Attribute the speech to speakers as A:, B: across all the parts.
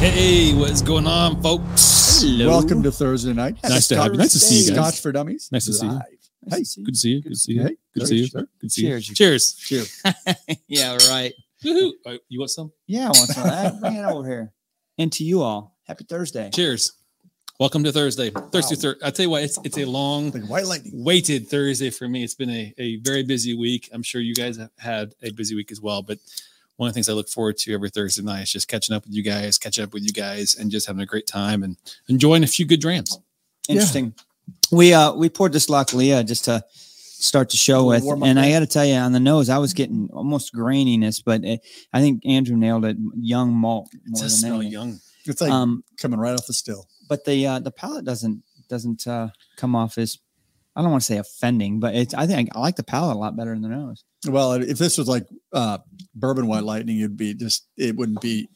A: Hey, what's going on, folks?
B: Hello.
C: Welcome to Thursday night.
A: Nice to have you. Nice to see you guys.
C: Scotch for Dummies.
A: Nice to see you.
C: Live.
B: Nice
C: Hey,
B: to see you.
A: Good to see you. Good to see you.
C: Hey,
A: Good to
C: sure,
A: see you.
C: sure.
A: Good to see you.
B: Cheers.
A: Cheers.
C: Cheers.
B: yeah, right.
A: Woohoo. Uh, You want some?
B: Yeah, I want some of that. Bring it over here. And to you all, happy Thursday.
A: Cheers. Welcome to Thursday. Thursday.
C: Wow.
A: Thur- I tell you what, it's it's a long
C: Been White Lightning.
A: waited Thursday for me. It's been a, a very busy week. I'm sure you guys have had a busy week as well. But one of the things I look forward to every Thursday night is just catching up with you guys, catching up with you guys, and just having a great time and enjoying a few good drams.
B: Interesting. We uh we poured this Lackalia just to start the show with,
C: Warm up
B: and I
C: that.
B: got to tell you, on the nose, I was getting almost graininess, but it, I think Andrew nailed it. Young malt
A: It
B: more
A: does
B: than
A: smell
B: anything.
A: young.
C: It's like
B: Um,
C: coming right off the still.
B: but the uh, the palate doesn't doesn't uh, come off as I don't want to say offending, but it's I think I like the palate a lot better than the nose.
C: Well, if this was like uh, bourbon White Lightning, it'd be just it wouldn't be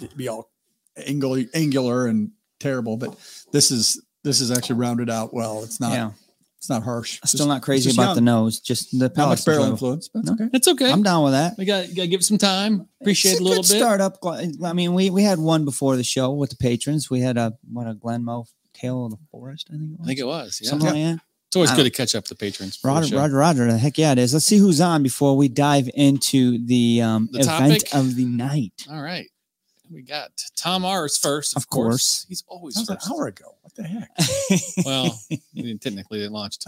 C: it'd be all angular, angular and terrible. But this is this is actually rounded out well. It's not
B: yeah,
C: it's not harsh.
B: still not crazy about the
C: the
B: nose, just the
C: not
B: palate.
C: much barrel influence. But
B: No.
C: it's okay.
A: It's okay.
B: I'm down with that.
A: we got, got to give it some time. Appreciate
B: It's
A: it a little
B: good
A: bit.
B: Startup. gla- I mean, we we had one before the show with the patrons. We had a what a Glenmo Tale of the Forest. I think. It was.
A: I think it was. Yeah.
B: Something like that.
A: It's always
B: I
A: good to catch up the patrons. for the
B: Roger,
A: show.
B: Roger, Roger. The heck yeah, it is. Let's see who's on before we dive into the, um,
A: The
B: event
A: topic?
B: of the night.
A: All right. We got Tom R's first, of,
B: Of
A: course.
B: course.
A: He's always
C: That was an
A: first.
C: hour ago. What the heck?
A: Well, we didn't- technically they launched.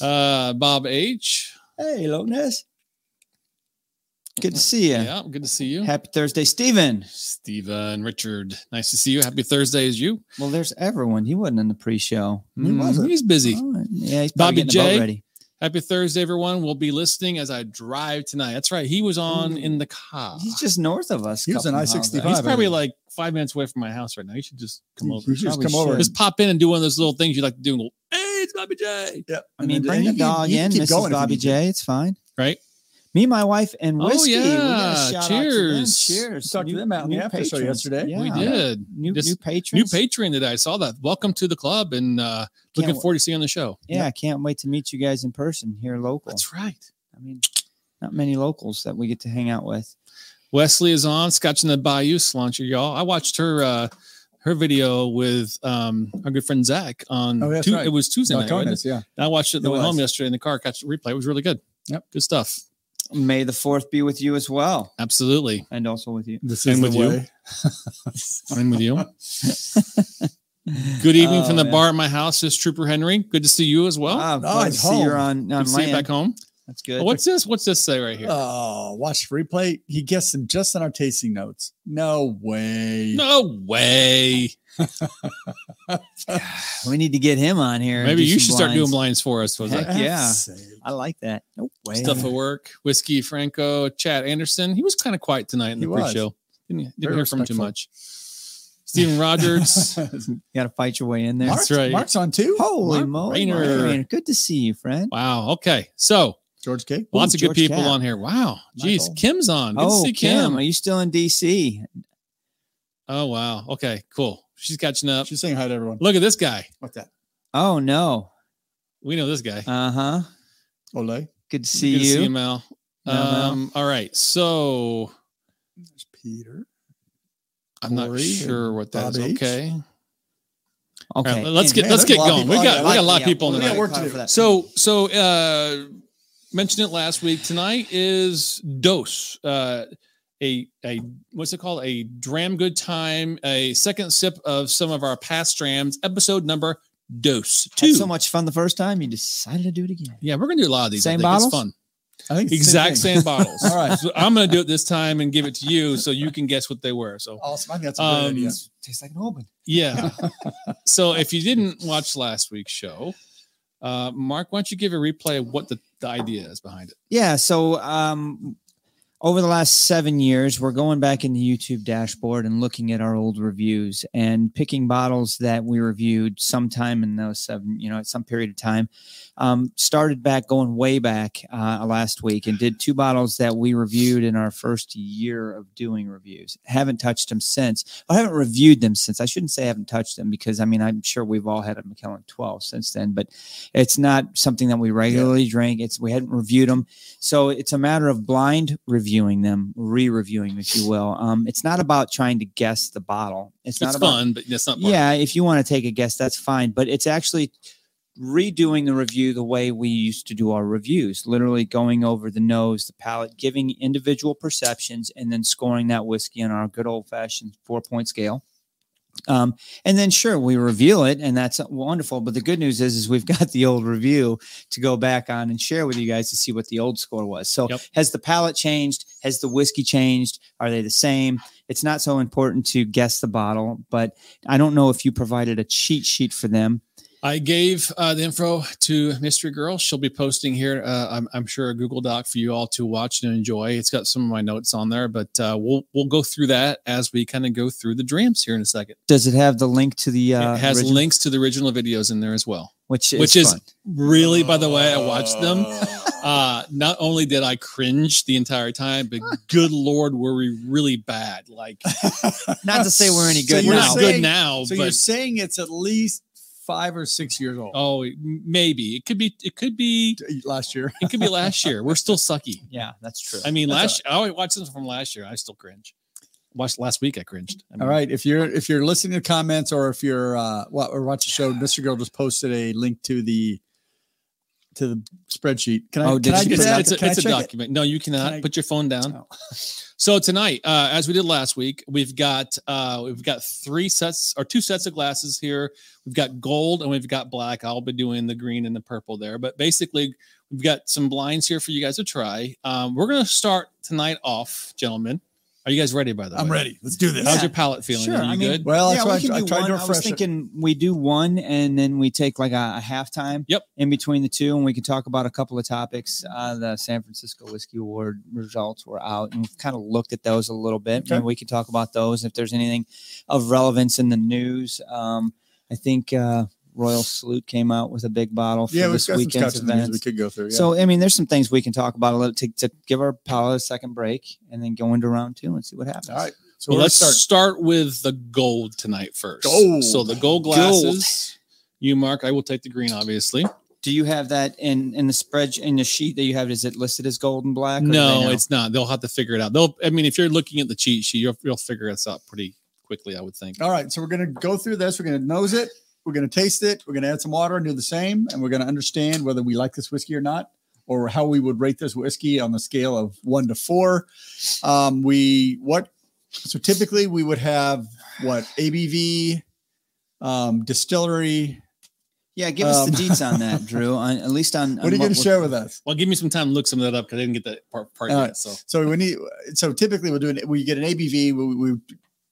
A: Uh, Bob H.
B: hey, Lones. Good to see you.
A: Yeah. good to see you.
B: Happy Thursday, Steven.
A: Steven Richard. Nice to see you. Happy Thursday as you.
B: Well, there's everyone. He wasn't in the pre-show.
C: He wasn't.
A: Mm, He's busy.
B: Oh, yeah, he's
A: Hmm. Bobby
B: probably getting the
A: J.
B: boat ready.
A: Happy Thursday, everyone. We'll be listening as I drive tonight. That's right. He was on
B: Ooh.
A: in the car.
B: He's just north of us.
C: He was
B: couple
C: an
B: miles out.
C: I-65.
A: He's probably
C: I-
A: like five minutes away from my house right now. You should just come over.
C: You should just
B: Probably
C: come over.
B: should.
A: Just pop in and do one of those little things you like to do. And go, hey, it's Bobby J.
C: Yeah.
B: I mean,
C: And then-
B: bring
C: and you
B: the
C: can-
B: dog
C: you can
B: in,
C: keep
B: Mrs.
C: going if you
B: Bobby
C: need to.
B: J. It's fine.
A: Right?
B: Me, my wife, and
A: Oh,
B: whiskey. We
A: yeah.
B: gotta shout out to them.
A: Cheers.
B: Cheers.
C: Talked to them out in the after show yesterday.
B: Yeah.
A: We did.
B: New,
A: Just-
B: new
A: New
B: patrons.
A: patron today. I saw that. Welcome to the club and uh,
B: Can't
A: looking
B: wa-
A: forward to seeing you on the show.
B: Yeah, I can't wait to meet you guys in person here local.
A: That's right.
B: I mean, not many locals that we get to hang out with.
A: Wesley is on. Scotch in the Bayou Slancher, y'all. I watched her uh, her video with um, our good friend Zach on.
C: Oh, that's
A: Tu-
C: right.
A: It was Tuesday night. wasn't
C: Balcones, yeah.
A: it? I watched it on the
C: It
A: way home
C: was.
A: yesterday in the car. Catch the replay. It was really good.
C: Yep.
A: Good stuff.
B: May the fourth be with you as well,
A: Absolutely.
B: and also with you.
C: This
A: And
C: is the
A: with you.
C: way.
A: I'm with you. Good evening
B: Oh,
A: from the
B: man.
A: bar at my house. This is Trooper Henry. Good to see you as well.
B: Ah,
C: oh,
B: glad to
C: it's
B: see you're
C: home.
B: on,
A: Good
B: on
A: to see you
B: land.
A: back home.
B: That's good.
A: Oh, what's this? What's this say right here?
C: Oh, watch replay. He gets them just on our tasting notes. No way.
A: no way.
B: we need to get him on here. and
A: Maybe
B: do
A: you
B: some
A: should start doing
B: blinds.
A: blinds for us. Was
B: Heck
A: that?
C: That's
B: yeah.
C: safe.
B: I like that. No way.
A: stuff at work. Whiskey Franco, Chad Anderson. He was kind of quiet tonight in
C: He
A: the
C: was.
A: pre-show. Didn't, didn't
C: Very
A: hear from him too
C: respectful.
A: much. Stephen Rogers,
B: You got to fight your way in there.
C: Mark's,
A: right.
C: Mark's on too.
B: Holy
A: Mark
B: moly,
A: Rainer.
B: Mark Rainer. Good to see you, friend.
A: wow. Okay, so
C: George K.
A: lots of good
B: George
A: people
B: Cap.
A: on here. Wow, jeez,
C: Michael.
A: Kim's on. Good
B: oh,
A: to see Kim.
B: Kim, are you still in D.C.?
A: Oh wow. Okay, cool. She's catching up.
C: She's saying hi to everyone.
A: Look at this guy.
C: What's that?
B: Oh no.
A: We know this guy.
B: Uh huh.
C: Olay.
B: Good to see
A: good
B: you.
A: To see you, Mal.
B: No, Mal.
A: Um, all right. So
C: There's Peter.
A: I'm not
C: Corey
A: sure what that is.
C: Bob H.
A: Okay. All
B: Okay.
A: right, let's get
C: man,
A: let's get
C: there's a lot of
A: going. We
C: people.
A: got
C: I
A: we got a
C: like-
A: lot of people on
C: we
A: the
C: got
A: night.
C: work to do.
A: So, so uh, mentioned it last week. Tonight is Dose, uh, a a what's it called? A dram good time. A second sip of some of our past drams. Episode number Dose
B: Had
A: two.
B: so much fun the first time, you decided to do it again.
A: yeah, we're gonna do a lot of these. I
B: Same
A: think. It's
B: bottles?
A: fun.
C: I think it's the
A: Exact
C: same.
A: same bottles.
C: thing. All right.
A: So I'm gonna do it this time and give it to you so you can guess what they were. So
C: Awesome. I think that's a good
A: Um,
C: idea.
B: Tastes like an old one.
A: yeah. so if you didn't watch last week's show, uh, Mark, why don't you give a replay of what the, the idea is behind it?
B: Yeah. So um, over the last seven years, we're going back in the YouTube dashboard and looking at our old reviews and picking bottles that we reviewed sometime in those seven, you know, at some period of time. Um, started back going way back uh, last week and did two bottles that we reviewed in our first year of doing reviews. Haven't touched them since. I haven't reviewed them since. I shouldn't say I haven't touched them because I mean I'm sure we've all had a McKellen 12 since then, but it's not something that we regularly drink. It's we hadn't reviewed them, so it's a matter of blind review reviewing them, re-reviewing, them, if you will. Um, it's not about trying to guess the bottle. It's not
A: It's
B: about
A: fun, but that's not. Part
B: yeah, if you want to take a guess, that's fine. But it's actually redoing the review the way we used to do our reviews, literally going over the nose, the palate, giving individual perceptions, and then scoring that whiskey on our good old fashioned four point scale. Um, and then sure, we reveal it, and that's wonderful. But the good news is, is we've got the old review to go back on and share with you guys to see what the old score was. So
A: Yep.
B: has the palate changed? Has the whiskey changed? Are they the same? It's not so important to guess the bottle, but I don't know if you provided a cheat sheet for them.
A: I gave uh, the info to Mystery Girl. She'll be posting here. Uh, I'm, I'm sure a Google Doc for you all to watch and enjoy. It's got some of my notes on there, but uh, we'll we'll go through that as we kind of go through the dreams here in a second.
B: Does it have the link to the? Uh,
A: it has
B: origi-
A: links to the original videos in there as well.
B: which is,
A: which is-
B: fun.
A: Really, by the way, I watched them.
C: Oh.
A: Uh, not only did I cringe the entire time, but good lord, were we really bad? Like
B: not to say we're any
C: So
B: good
A: we're
C: you're
B: now.
A: not
C: saying-
A: good now,
C: so you're
A: but
C: saying it's at least five or six years old
A: oh, maybe it could be. It could be.
C: last year.
A: It could be last year. We're still sucky.
B: yeah, that's true.
A: I mean, last
C: That's
A: I always watched them from last year. I still cringe. Watched last week, I cringed. I mean,
C: All right. If you're if you're listening to comments or if you're uh wa- or watch the show, Mr. Girl just posted a link to the to the spreadsheet. Can I,
B: Oh,
C: can
B: did
C: I
B: you?
A: It's,
C: get
A: a-
C: that?
A: it's a,
C: Can I
A: it's a
C: check it?
A: document. No, you cannot
C: Can I-
A: put your phone down.
C: Oh.
A: So tonight, uh, as we did last week, we've got uh, we've got three sets or two sets of glasses here. We've got gold and we've got black. I'll be doing the green and the purple there, but basically we've got some blinds here for you guys to try. Um, we're gonna start tonight off, gentlemen. Are you guys ready? By the way,
C: I'm ready. Let's do this.
A: How's
B: Yeah.
A: your palate feeling?
B: Sure,
A: Are you
B: I mean-
A: good?
C: Well, that's
B: yeah,
C: why
B: we
C: I,
B: can
C: I
B: do
C: tried
B: one.
C: to
B: I was
C: refresh it.
B: thinking we do one and then we take like a, a halftime
A: Yep.
B: in between the two, and we can talk about a couple of topics. Uh, the San Francisco Whiskey Award results were out, and we've kind of looked at those a little bit.
C: Okay.
B: And we can talk about those if there's anything of relevance in the news. Um, I think uh, Royal Salute came out with a big bottle for
C: Yeah, we've
B: this
C: got some
B: weekend's
C: scotch in the news we
B: event.
C: could go through. Yeah.
B: So, I mean, there's some things we can talk about a little to, to give our power a second break and then go into round two and see what happens.
C: all right. So
A: Well,
C: we're
A: let's
C: gonna
A: start. with the gold tonight first.
C: Gold.
A: So the gold
B: Gold.
A: glasses. You, Mark. I will take the green, obviously.
B: Do you have that in in the spread in the sheet that you have? Is it listed as gold and black? or do they
A: No,
B: know?
A: it's not. They'll have to figure it out. They'll. I mean, if you're looking at the cheat sheet, you'll, you'll figure this out pretty quickly, I would think.
C: All right. So we're gonna go through this. We're gonna nose it. We're gonna taste it. We're gonna add some water and do the same, and we're gonna understand whether we like this whiskey or not, or how we would rate this whiskey on the scale of one to four. Um, we what? So typically we would have what ABV, um, distillery.
B: yeah. Give us
C: um,
B: the deets on that, Drew. On, at least on.
C: What
B: on
C: are you gonna
B: we're-
C: share with us?
A: Well, give me some time to look some of that up because I didn't get that part, part
C: All
A: yet.
C: right.
A: So
C: So we need. So typically we'll do an. We get an ABV. We, we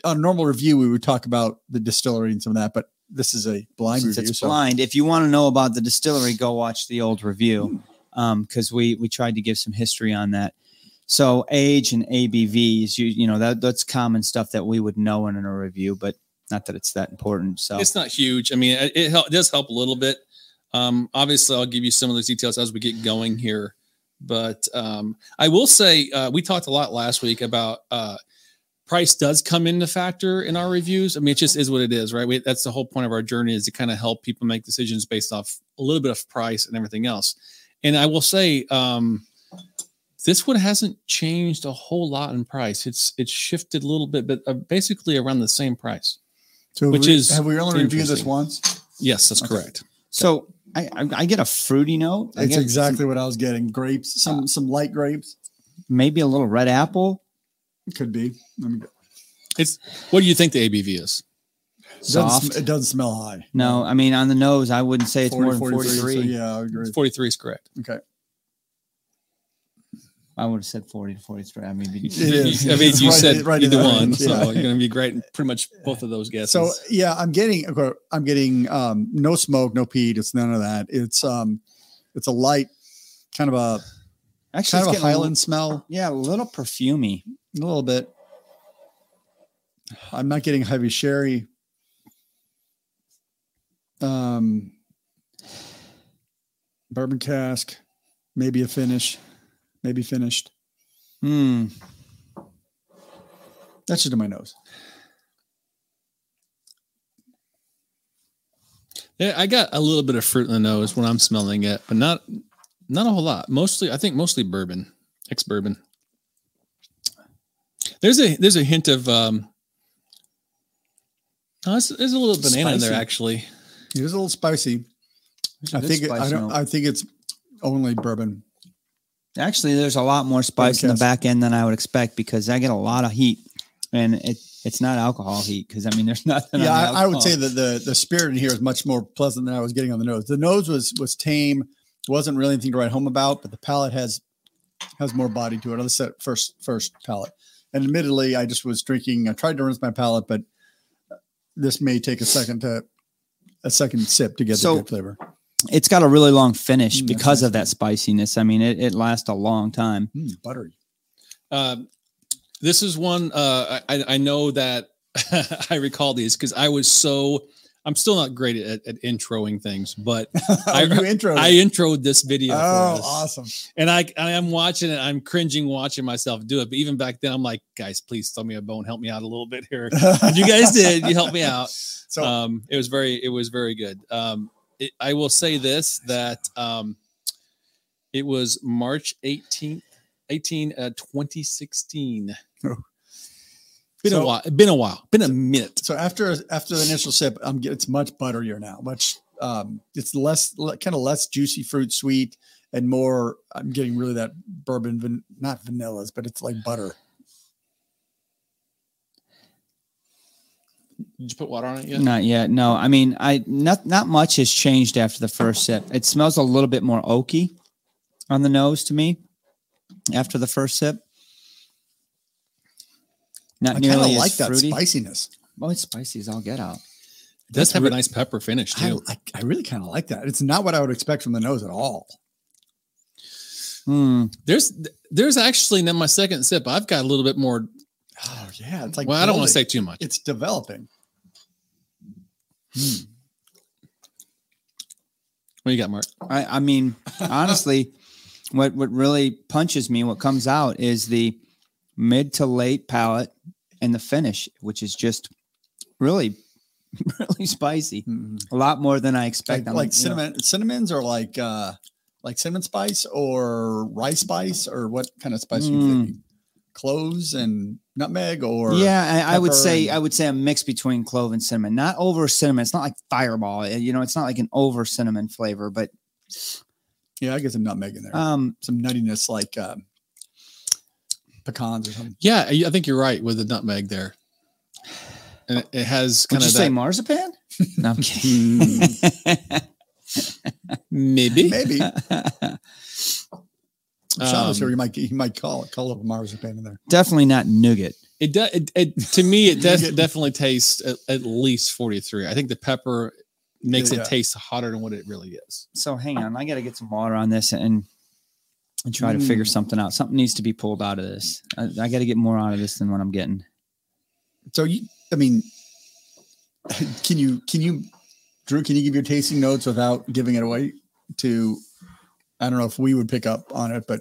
C: on a normal review we would talk about the distillery and some of that, but this is a blind
B: Since
C: review.
B: it's
C: so-
B: blind, if you want to know about the distillery, go watch the old review
C: Hmm.
B: because we we tried to give some history on that. So age and ABVs, you you know that that's common stuff that we would know in a review, but not that it's that important. So
A: it's not huge. I mean, it, it, help, it does help a little bit. Um, obviously, I'll give you some of those details as we get going here. But um, I will say uh, we talked a lot last week about uh, price does come into factor in our reviews. I mean, it just is what it is, right? We, that's the whole point of our journey is to kind of help people make decisions based off a little bit of price and everything else. And I will say um, this one hasn't changed a whole lot in price. It's it's shifted a little bit, but uh, basically around the same price.
C: So have
A: Which
C: we-
A: is
C: have we only reviewed this
A: interesting.
C: once?
A: Yes, that's
C: Okay.
A: correct.
B: so I, I I get a fruity note. I Ah.
C: That's
B: get
C: exactly what I was getting. Grapes, some some light grapes
B: maybe a little red apple.
C: could be. Let me go.
A: It's what do you think the ABV is?
C: It doesn't,
B: Soft.
C: sm- it doesn't smell high.
B: No, I mean on the nose, I wouldn't say it's
C: 40,
B: more than
C: 43,
B: 43.
C: so yeah, I agree.
A: Forty three is correct.
C: Okay.
B: I would have said 40 to 43. I mean, but-
C: It is.
A: You- I mean,
C: It's
A: you
C: right-
A: said
C: right in
A: either
C: that
A: one,
C: range, yeah.
A: so you're going to be great in pretty much both of those guesses.
C: So yeah, I'm getting okay, I'm getting um no smoke, no peat, it's none of that. It's um it's a light kind of a
B: actually,
C: kind
B: it's
C: of a
B: getting a
C: highland
B: little-
C: smell
B: yeah, a little perfumey.
C: a little bit. I'm not getting heavy sherry. Um bourbon cask, maybe a finish, maybe finished.
B: Hmm.
C: That's just in my nose.
A: yeah, I got a little bit of fruit in the nose when I'm smelling it, but not not a whole lot. Mostly, I think mostly bourbon, ex bourbon. There's a there's a hint of um. oh, there's, there's a little banana in there
C: Spicy.
A: actually.
C: It was a little spicy. I
B: Good
C: think it, I
B: spice
C: don't.
B: note.
C: I think it's only bourbon.
B: Actually, there's a lot more spice in the
C: Podcast.
B: back end than I would expect because I get a lot of heat, and it it's not alcohol heat because I mean there's nothing.
C: yeah,
B: on the
C: I, I would
B: alcohol.
C: say that the the spirit in here is much more pleasant than I was getting on the nose. The nose was was tame, wasn't really anything to write home about, but the palate has has more body to it. Other set first first palate, and admittedly, I just was drinking. I tried to rinse my palate, but uh, this may take a second to a second sip to get
B: So-
C: the good flavor.
B: it's got a really long finish
C: Mm, that's
B: because
C: nice.
B: of that spiciness. I mean, it, it lasts a long time.
C: Mm, buttery.
A: Um, this is one uh, I, I know that I recall these because I was so I'm still not great at, at introing things, but I-
C: you intro.
A: I introed this video.
C: oh,
A: for us.
C: awesome!
A: And I, I am watching it. I'm cringing watching myself do it. But even back then, I'm like, guys, please throw me a bone, help me out a little bit here. And you guys did. You helped me out.
C: So
A: um, it was very it was very good. Um, it, I will say this that um, it was March 18th, 18 uh, 2016.
C: Oh.
A: Been a
C: So-
A: while. Been a while. Been a minute.
C: So after after the initial sip, I'm get- it's much butterier now. Much um, it's less kind of less juicy fruit sweet and more. I'm getting really that bourbon van, not vanillas, but it's like butter.
A: Did you put water on it yet?
B: Not yet. No, I mean, I not not much has changed after the first sip. It smells a little bit more oaky on the nose to me after the first sip. Not
C: I kind of
B: nearly
C: like
B: as
C: that
B: fruity.
C: spiciness.
B: Oh, it's spicy as all get out.
A: It does have a
C: Re-
A: nice pepper finish
C: I,
A: too.
C: I, I really kind of like that. It's not what I would expect from the nose at all.
B: Hmm.
A: There's there's actually now my second sip. I've got a little bit more.
C: Oh yeah, it's like
A: well, I don't want to
C: building.
A: say too much.
C: it's developing.
A: What you got, Mark?
B: I, I mean, honestly, what what really punches me, what comes out is the mid to late palate and the finish, which is just really, really spicy. A lot more than I expect.
C: Like,
B: I'm
C: like
B: you know,
C: cinnamon, cinnamons are like uh, like cinnamon spice or rice spice or what kind of spice are you
B: Mm.
C: thinking? Cloves and nutmeg or
B: yeah, I, I would
C: pepper
B: say
C: and-
B: I would say a mix between clove and cinnamon. Not over cinnamon. It's not like fireball. eh, You know, it's not like an over cinnamon flavor, but
C: Yeah, I get some nutmeg in there.
B: um,
C: some nuttiness like um, pecans or something.
A: Yeah, I I think you're right with the nutmeg there. And it- it has
B: would
A: kind
B: you
A: of
B: say
A: that,
B: marzipan? No, I'm
C: Hmm.
B: kidding.
A: maybe.
C: Maybe Sean was here.
A: Um,
C: You might you might call it call up a marzipan in there.
B: Definitely not nougat.
A: It does. It, it, to me, it
C: You
A: does
C: get-
A: definitely tastes at, at least forty three. I think the pepper makes
C: Yeah.
A: it taste hotter than what it really is.
B: so hang on i gotta get some water on this and and try to figure
C: Mm.
B: something out something needs to be pulled out of this i, I gotta get more out of this than what i'm getting
C: So you, I mean, can you can you, Drew? Can you give your tasting notes without giving it away to? I don't know if we would pick up on it, but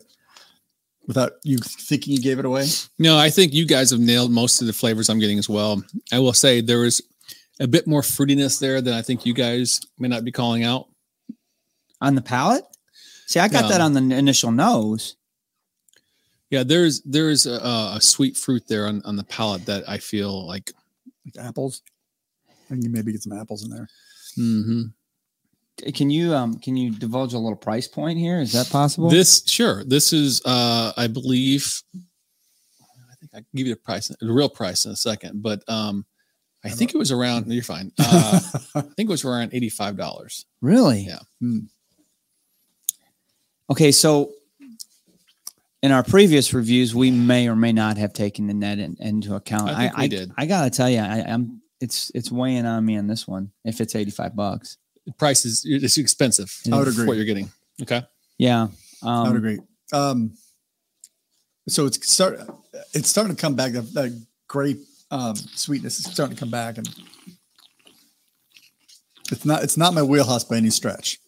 C: without you thinking you gave it away.
A: No, I think you guys have nailed most of the flavors I'm getting as well. I will say there was a bit more fruitiness there than I think you guys may not be calling out.
B: on the palate see i got
A: Yeah.
B: that on the n- initial nose
A: Yeah, there's there is a, a sweet fruit there on, on the palate that I feel like.
C: Like apples. I think you maybe get some apples in there.
A: mhm.
B: Uh, can you um can you divulge a little price point here is that possible
A: This sure. This is uh I believe I think I can give you the price the real price in a second, but um I,
C: I don't-
A: think it was around you're fine. Uh, I think it was around eighty five dollars.
B: really
A: Yeah.
C: Hmm.
B: okay so in our previous reviews we may or may not have taken the net in, into account
A: I think we did.
B: I gotta tell you I, i'm it's it's weighing on me on this one if it's 85 bucks
A: The price is it's expensive.
B: I
C: would
A: for
C: agree.
A: What you're getting. Okay.
B: Yeah.
C: I would
B: Um,
C: agree. Um, so it's start. It's starting to come back. That, that grape um, sweetness is starting to come back, and it's not. It's not my wheelhouse by any stretch.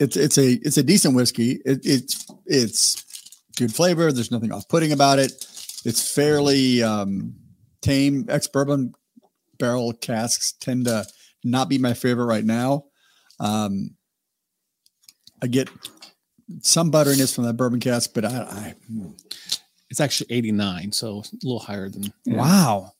C: It's it's a it's a decent whiskey. It, it's it's good flavor. There's nothing off putting about it. It's fairly um, tame. Ex bourbon barrel casks tend to not be my favorite right now. Um, I get some butteriness from that bourbon cask, but I, I
A: It's actually 89, so a little higher than
C: Yeah.
B: Wow.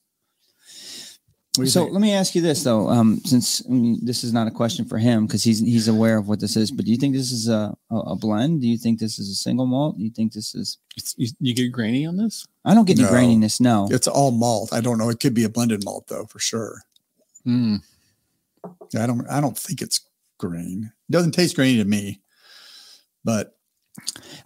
C: What do you
B: So
C: think?
B: let me ask you this though, um, since I mean, this is not a question for him because he's he's aware of what this is, but do you think this is a, a, a blend? Do you think this is a single malt? Do you think this is?
A: it's, you, you get grainy on this.
B: I don't get any
C: No.
B: graininess. No,
C: it's all malt. I don't know. It could be a blended malt though, for sure.
A: Mm.
C: I don't. I don't think it's green. It doesn't taste grainy to me. But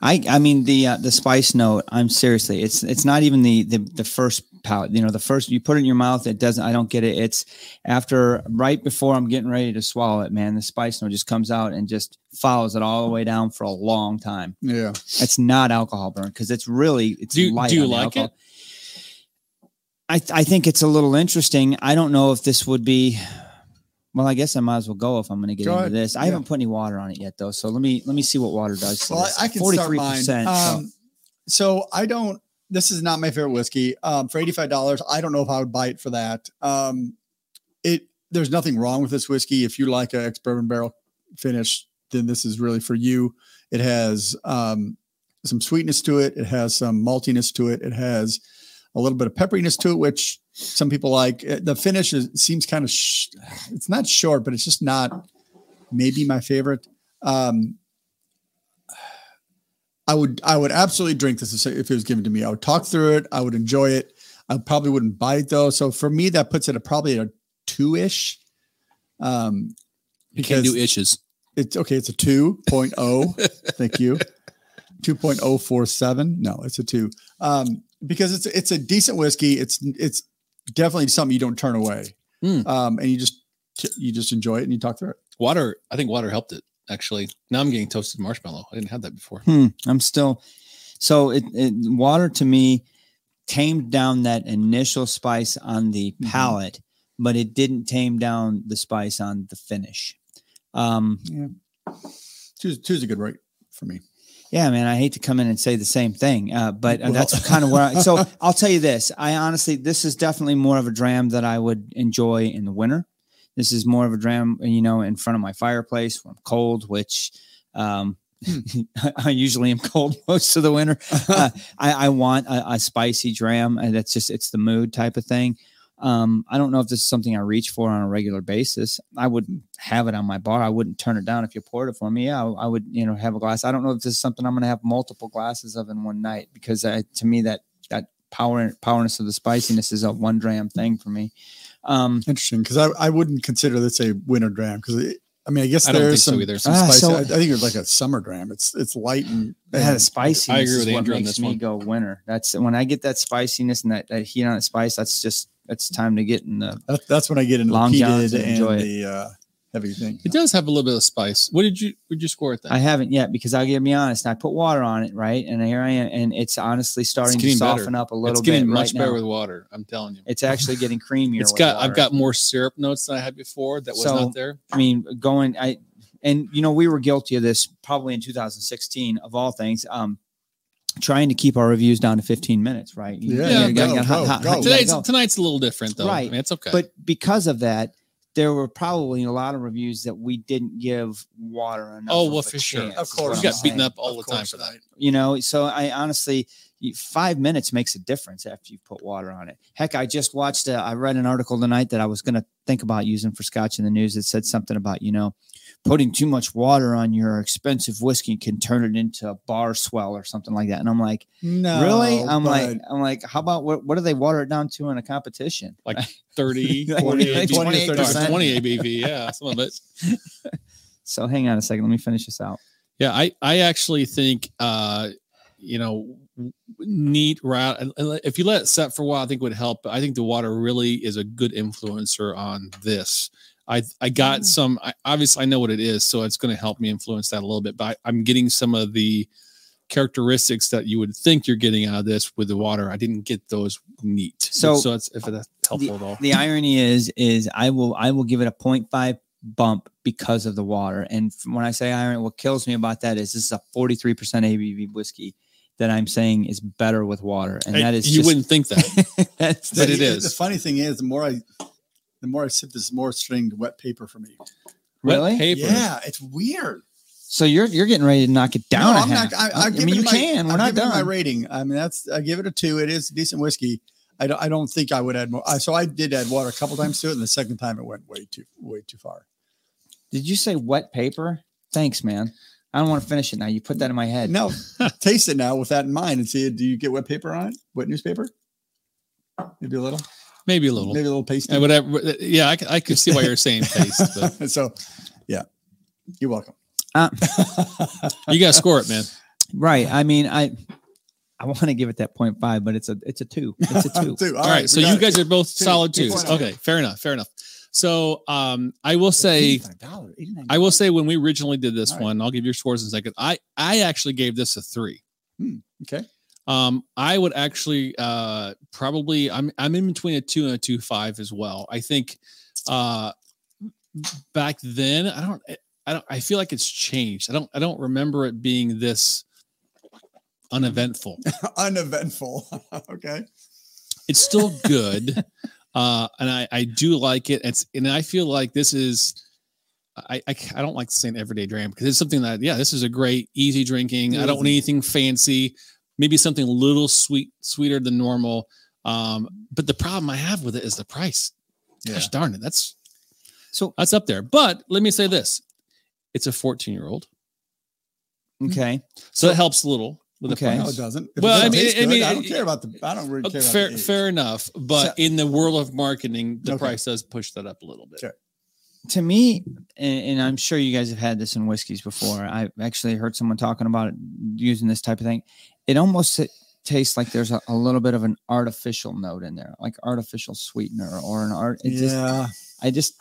B: I I mean the uh, the spice note. I'm seriously, it's it's not even the the the first palate. You know, the first you put it in your mouth, it doesn't. I don't get it. It's after right before I'm getting ready to swallow it, man. The spice note just comes out and just follows it all the way down for a long time.
C: yeah,
B: It's not alcohol burn because it's really it's
A: Do you-
B: light.
A: do you
B: on the
A: like it?
B: alcohol. I th- I think it's a little interesting. I don't know if this would be. Well, I guess I might as well go if I'm going to get
C: Go
B: into
C: ahead.
B: this. I
C: Yeah.
B: haven't put any water on it yet, though, so let me let me see what water does. to
C: well,
B: this.
C: I, I can start mine.
B: 43%, so-
C: Um, so I don't. This is not my favorite whiskey. Um, for eighty five dollars, I don't know if I would buy it for that. Um, it there's nothing wrong with this whiskey. If you like a ex bourbon barrel finish, then this is really for you. It has um, some sweetness to it. It has some maltiness to it. It has a little bit of pepperiness to it, which some people like. Uh, The finish is, seems kind of sh- it's not short, but it's just not maybe my favorite. Um, I would I would absolutely drink this if it was given to me. I would talk through it. I would enjoy it. I probably wouldn't buy it though. So for me, that puts it at probably a two ish. Um,
A: You can't
C: Because-
A: do issues.
C: it's okay. It's a 2.0. Thank you. 2.047. No, it's a two. Um, because it's it's a decent whiskey. It's it's definitely something you don't turn away.
A: Mm.
C: Um, and you just you just enjoy it and you talk through it.
A: Water, I think water helped it actually. Now I'm getting toasted marshmallow. I didn't have that before.
B: Hmm, I'm still so it, it water to me tamed down that initial spice on the
C: Mhm.
B: palate, but it didn't tame down the spice on the finish. Um,
C: Two's two's a good rate for me.
B: yeah, man, I hate to come in and say the same thing, uh, but
C: Well-
B: that's kind of where. I, so I'll tell you this: I honestly, this is definitely more of a dram that I would enjoy in the winter. This is more of a dram, you know, in front of my fireplace when I'm cold, which um, I usually am cold most of the winter. Uh, I, I want a, a spicy dram. and That's just it's the mood type of thing. Um, I don't know if this is something I reach for on a regular basis. I would
A: Hmm.
B: have it on my bar. I wouldn't turn it down if you poured it for me. Yeah, I, I would, you know, have a glass. I don't know if this is something I'm going to have multiple glasses of in one night because I, to me that that power powerness of the spiciness is a one dram thing for me. Um,
C: Interesting, because I, I wouldn't consider this a winter dram because I mean I guess
A: I don't think
C: there's
A: so
C: some,
A: either.
C: some
B: Ah,
C: spice.
B: so-
C: I, I think it's like a summer dram. It's it's light and
B: yeah, the spiciness
A: I agree with
B: is what
A: Andrew on
B: makes
A: this
B: me
A: one.
B: go winter. That's when I get that spiciness and that, that heat on that spice. That's just that's time to get in the
C: that, that's when I get into
B: Long
C: the
B: Johns
C: peated
B: and enjoy
C: and
B: it.
C: the uh, heavy thing.
A: It does have a little bit of spice. What did you would you score at that?
B: I haven't yet because I'll be honest. I put water on it, right? And here I am, and it's honestly starting to
A: getting
B: soften
A: better.
B: up a little
A: it's getting
B: bit
A: much
B: right
A: better
B: now.
A: with water. I'm telling you.
B: it's actually getting creamier.
A: It's
B: with
A: got
B: water.
A: I've got more syrup notes than I had before that was
B: So-
A: not there.
B: I mean, going. I and you know we were guilty of this probably in 2016 of all things. Um, trying to keep our reviews down to 15 minutes, right? You-
C: Yeah,
B: you
A: yeah,
B: gotta
C: go,
B: get
C: go,
B: hot- hot-
C: go.
B: hot- oh, you gotta
A: Today's
B: go.
A: tonight's a little different though.
B: Right.
A: I mean, it's okay.
B: But because of that, there were probably a lot of reviews that we didn't give water enough.
A: Oh,
B: of
A: well,
B: a
A: for sure.
B: chance,
C: Of
B: is
C: course.
B: what
A: we
B: I'm
A: got beaten
B: saying.
A: up all
C: Of
A: the time
C: course
A: for that.
B: you know so i honestly you- five minutes makes a difference after you put water on it heck i just watched a, i read an article tonight that i was going to think about using for scotch in the news that said something about you know putting too much water on your expensive whiskey can turn it into a bar swell or something like that and i'm like
C: No,
B: really i'm
C: but
B: like i'm like how about what, what do they water it down to in a competition
A: Like 30,
B: Like
A: 20, 20,
B: 20,
A: 30,
B: 30%.
A: 20 ABV. Yeah, some of it.
B: so hang on a second let me finish this out
A: Yeah, I I actually think uh you know neat route and- and if you let it set for a while I think would help. But I think the water really is a good influencer on this. I I got
B: Mm.
A: some I, obviously I know what it is, so it's going to help me influence that a little bit. But I, I'm getting some of the characteristics that you would think you're getting out of this with the water. I didn't get those neat.
B: So- uh,
A: so it's if that's helpful at all.
B: the irony is is i will i will give it a 0.5 bump because of the water and f- when i say irony what kills me about that is this is a 43% abv whiskey that i'm saying is better with water and
A: I-
B: that is
A: you
B: just-
A: wouldn't think that.
B: that's
A: But
B: the-
A: it
C: the,
A: is.
C: The funny thing is, the more I, the more I sip this, the more it's turning to wet paper for me.
A: Wet
B: Really?
A: paper.
C: Yeah, it's weird.
B: So you're you're getting ready to knock it down.
C: No,
B: a
C: I'm
B: half.
C: not. I, I've
B: mean,
C: given
B: you
C: my-
B: can. We're
C: I've
B: not
C: given
B: done.
C: My rating. I mean, that's. I give it a two. It is decent whiskey. I don't. I don't think I would add more. I, so I did add water a couple times to it, and the second time it went way too way too far.
B: Did you say wet paper? Thanks, man. I don't want to finish it now. You put that in my head.
C: No, taste it now with that in mind, and see. Do you get wet paper on it? Wet newspaper? Maybe a little.
A: Maybe a little.
C: Maybe a little pasty.
A: Uh, whatever. Yeah, I, c- I could see why you're saying taste, but
C: so, yeah. You're welcome.
B: Uh,
A: you got to score it, man.
B: Right. I mean, I I want to give it that point five, but it's a it's a two. It's a two.
C: Two.
A: All right,
C: we
A: so you
C: got it.
A: guys are both
C: Two.
A: solid
C: Two
A: twos.
C: point oh.
A: Okay, fair enough. Fair enough. So um, I will say,
C: $85, $89.
A: I will say when we originally did this
C: All right.
A: one, I'll give your scores in a second. I I actually gave this a three.
C: Hmm, okay.
A: Um, I would actually uh probably I'm I'm in between a two and a two five as well. I think uh back then I don't I don't I feel like it's changed. I don't I don't remember it being this uneventful.
C: uneventful. okay.
A: it's still good uh and i i do like it it's and i feel like this is I, I, I don't like saying everyday dram because it's something that yeah this is a great easy drinking I don't
C: Mm-hmm.
A: want anything fancy maybe something a little sweet sweeter than normal um but the problem I have with it is the price gosh darn it that's
B: So
A: that's up there but let me say this it's a 14 year old
B: okay.
A: so it helps a little with
B: Okay.
A: the
C: No, it
A: price
C: doesn't. If it
A: Well, I
C: doesn't
A: mean-
C: taste
A: I mean,
C: good, I don't
A: it-
C: care about the. I Oh, don't really care about
A: fair
C: the age.
A: fair enough but in the world of marketing the
C: Okay.
A: price does push that up a little bit
C: Sure.
B: To me, and, and I'm sure you guys have had this in whiskeys before. I've actually heard someone talking about it, using this type of thing. It almost it tastes like there's a, a little bit of an artificial note in there, like artificial sweetener or an art. It just,
C: yeah,
B: I just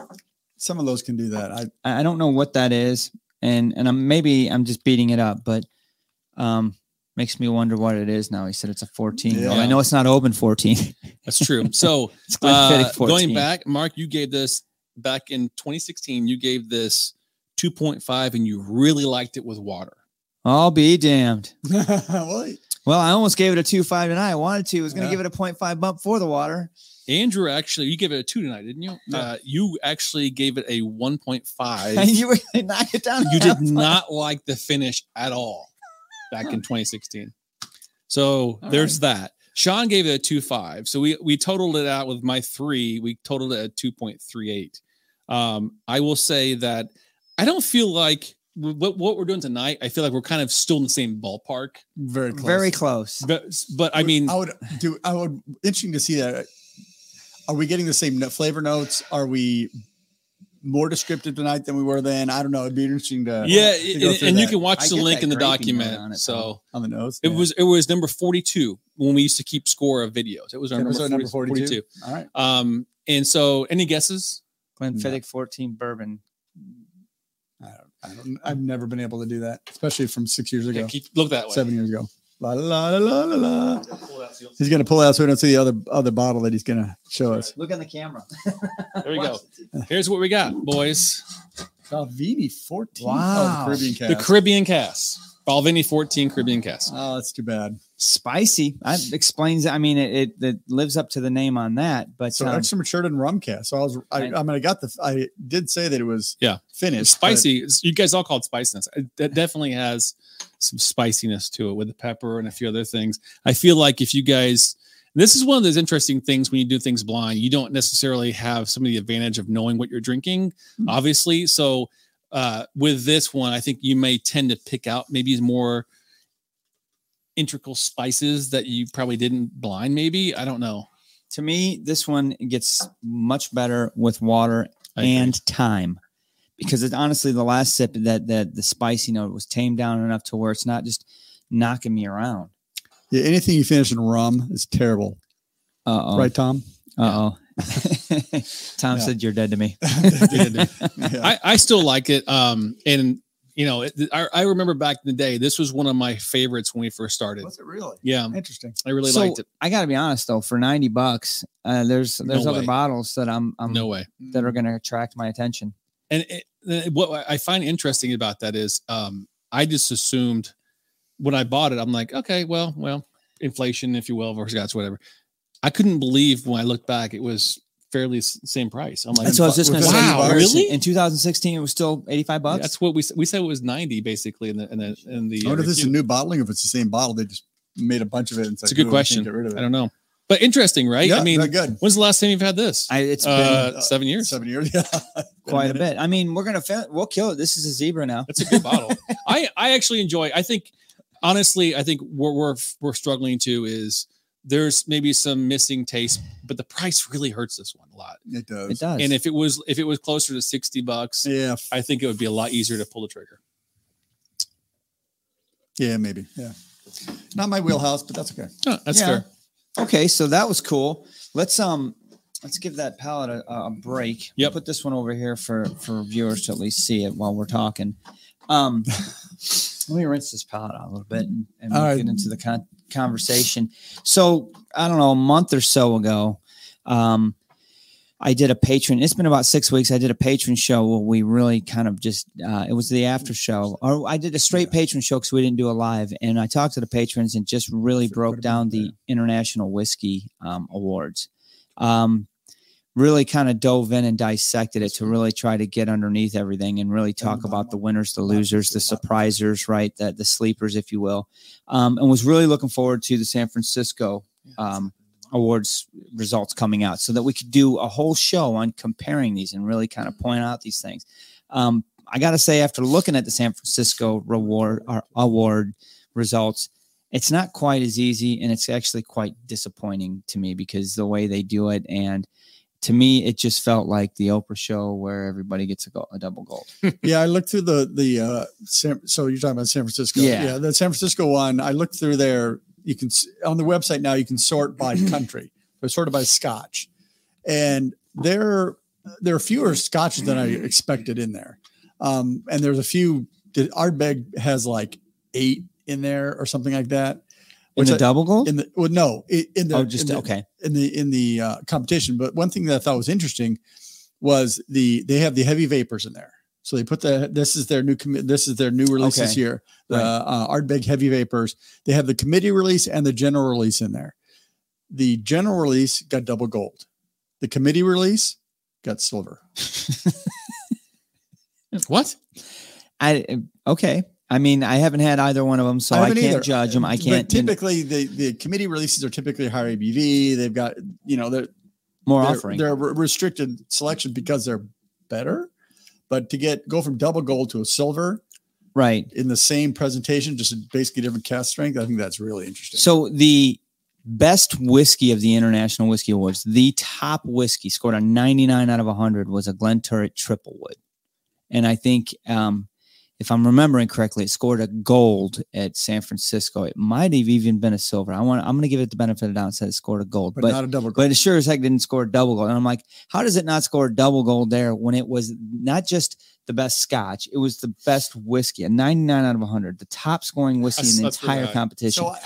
C: some of those can do that. I
B: I I don't know what that is, and and I'm maybe I'm just beating it up, but um, makes me wonder what it is now. He said it's a 14.
C: Yeah.
B: I know it's not open 14.
A: that's true so
B: it's Glenfiddich
A: Uh, going back, Mark, you gave this back in 2016. You gave this 2.5, and you really liked it with water.
B: I'll be damned.
C: well, it-
B: Well, I almost gave it a two five tonight. I wanted to. I was going to
C: Yeah.
B: give it a point five bump for the water.
A: Andrew actually, you gave it a two tonight, didn't you?
C: Yeah.
A: Uh, you actually gave it a 1.5.
B: And you really knocked it down.
A: you did not like the finish at all back in 2016. So
C: All
A: there's that. Sean gave it a two five. So we we totaled it out with my three. We totaled it at 2.38. Um, I will say that I don't feel like what, what we're doing tonight, I feel like we're kind of still in the same ballpark.
C: very close.
B: Very close.
A: But, but I
C: Would-
A: mean,
C: I would do. I would interesting to see that. Are we getting the same no- flavor notes? Are we more descriptive tonight than we were then? I don't know. It'd be interesting to
A: yeah,
C: to
A: and,
C: go through
A: and you
C: that
A: can watch
B: I
A: the
B: get
A: link
B: that
A: in the
B: grapey note on
A: document.
B: it,
A: so
C: on the nose.
A: it
C: Yeah.
A: was it was number 42 when we used to keep score of videos. It was our number,
C: Episode number
A: 40
C: 42?
A: 42.
C: all right.
A: Um, and so any guesses?
B: Glenfiddich 14 bourbon.
C: I don't, I don't. I've never been able to do that, especially from six years
A: Okay,
C: ago,
A: keep, look that way.
C: seven years ago. La la la la la la.
A: Pull that seal.
C: He's gonna pull out so we don't see the other other bottle that he's gonna show us.
B: Look on the camera.
A: There we go. Here's what we got, boys.
C: Salvini 14.
B: Wow.
C: Oh, the Caribbean
A: The
C: cast.
A: Caribbean cast. Balvenie 14 Caribbean cast.
C: oh, that's too bad.
B: Spicy. That explains. I mean, it, it, it lives up to the name on that. But
C: So
B: um,
C: extra matured and rum cast. So I was, I, I mean, I got the, I did say that it was
A: Yeah. It's
C: finished.
A: spicy. It's- You guys all call it spiciness. It that definitely has some spiciness to it with the pepper and a few other things. I feel like if you guys, this is one of those interesting things when you do things blind, you don't necessarily have some of the advantage of knowing what you're drinking, obviously. So uh, with this one, I think you may tend to pick out maybe more integral spices that you probably didn't blind. Maybe I don't know.
B: to me, this one gets much better with water
A: I agree.
B: and time because it honestly the last sip that that the spicy note was tamed down enough to where it's not just knocking me around.
C: But, yeah, anything you finish in rum is terrible,
B: Uh
A: Uh-huh.
B: oh.
C: right, Tom?
B: Uh oh. Tom
C: Yeah.
B: said you're dead to me.
C: Yeah.
A: I, I still like it. Um, and you know, it, I, I remember back in the day, this was one of my favorites when we first started.
C: Was it really
A: Yeah,
C: interesting?
A: I really
B: So,
A: liked it.
B: I got to be honest though, for ninety bucks, uh, there's there's
A: No
B: other
A: way.
B: bottles that I'm,
C: um,
B: I'm
A: No way.
B: that are going to attract my attention.
A: And it, uh, what I find interesting about that is, um, I just assumed when I bought it, I'm like, okay, well, well, inflation, if you will, versus Scots, whatever. I couldn't believe when I looked back, it was fairly s- same price. I'm like, "Hmm,
B: That's what I was just going to say.
A: Wow,
B: Bars.
A: really?
B: In 2016, it was still 85 bucks.
A: that's what we s- we said it was 90 basically in the in the in the.
C: I wonder
A: uh,
C: if this is a
A: review.
C: new bottling, or if it's the same bottle. They just made a bunch of it. And
A: It's a
C: said,
A: good
C: "You know what, we
A: question.
C: can't Get rid of it.
A: I don't know, but interesting, right?
C: Yeah,
A: I mean,
C: they're good.
A: when's the last time you've had this?
B: I, it's
A: uh,
B: been
C: uh,
A: seven years.
C: Seven years. Yeah.
B: quite a bit. I mean, we're gonna fail. We'll kill it. This is a zebra now.
A: That's a good bottle. I I actually enjoy. I think honestly, I think what we're we're struggling to is there's maybe some missing taste, but the price really hurts this one a lot.
C: It does.
B: It does.
A: And if it was if it was closer to 60 bucks,
C: Yeah.
A: I think it would be a lot easier to pull the trigger.
C: Yeah. Maybe. Yeah. Not my wheelhouse, but that's okay.
A: Huh, that's
B: Yeah.
A: fair.
B: okay, so that was cool. Let's um, let's give that palette a, a break.
A: Yep.
B: Put this one over here for for viewers to at least see it while we're talking. Um, let me rinse this palette out a little bit and, and
C: All
B: we'll
C: right.
B: get into the con- conversation. So I don't know, a month or so ago, um, I did a patron. It's been about six weeks. I did a patron show where we really kind of just uh, it was the after show, or I did a straight patron show because we didn't do a live. And I talked to the patrons and just really
C: Sure,
B: broke
C: could've
B: down
C: been
B: the international whiskey um, awards. Um, really kind of dove in and dissected it to really try to get underneath everything and really talk about the winners, the losers, the surprisers, right? That the sleepers, if you will. Um, and was really looking forward to the San Francisco um, awards results coming out so that we could do a whole show on comparing these and really kind of point out these things. Um, I got to say, after looking at the San Francisco reward or award results, it's not quite as easy and it's actually quite disappointing to me because the way they do it and to me it just felt like the Oprah show where everybody gets a, go- a double gold.
C: yeah, I looked through the the uh, San, so you're talking about San Francisco.
B: Yeah.
C: the San Francisco one. I looked through there. You can s- on the website now. You can sort by country. They're sorted by Scotch, and there there are fewer Scotches than I expected in there. Um, and there's a few. Did Ardbeg has like eight in there or something like that?
B: In
C: Which
B: the
C: I-
B: double gold?
C: In the well, no, i- in the
B: oh, just
C: in the,
B: okay.
C: in the in the uh, competition. But one thing that I thought was interesting was the they have the heavy vapors in there. So they put the this is their new commi- this is their new release this
B: Okay.
C: year. The
B: Right.
C: uh, Ardbeg heavy vapors. They have the committee release and the general release in there. The general release got double gold. The committee release got silver.
A: What?
B: I okay. I mean, I haven't had either one of them, so Oh, I,
C: haven't
B: can't
C: either.
B: judge them. I
C: But
B: can't. and
C: typically, the, the committee releases are typically higher ABV. They've got you know they're
B: more
C: they're,
B: offering.
C: they're re- restricted selection because they're better. But to get go from double gold to a silver
B: right.
C: in the same presentation, just basically different cast strength, I think that's really interesting.
B: So the best whiskey of the International Whiskey Awards, the top whiskey scored a 99 out of 100 was a Glen Turret Triple Wood. And I think um, if I'm remembering correctly, it scored a gold at San Francisco. It might have even been a silver. I want I'm going to give it the benefit of the doubt and say it scored a gold,
C: but,
B: but
C: not a double gold.
B: but it sure as heck didn't score a double gold. And I'm like, how does it not score a double gold there when it was not just the best scotch, it was the best whiskey, a 99 out of 100, the top scoring whiskey in the
A: That's really
B: entire
A: high.
B: competition.
C: so I,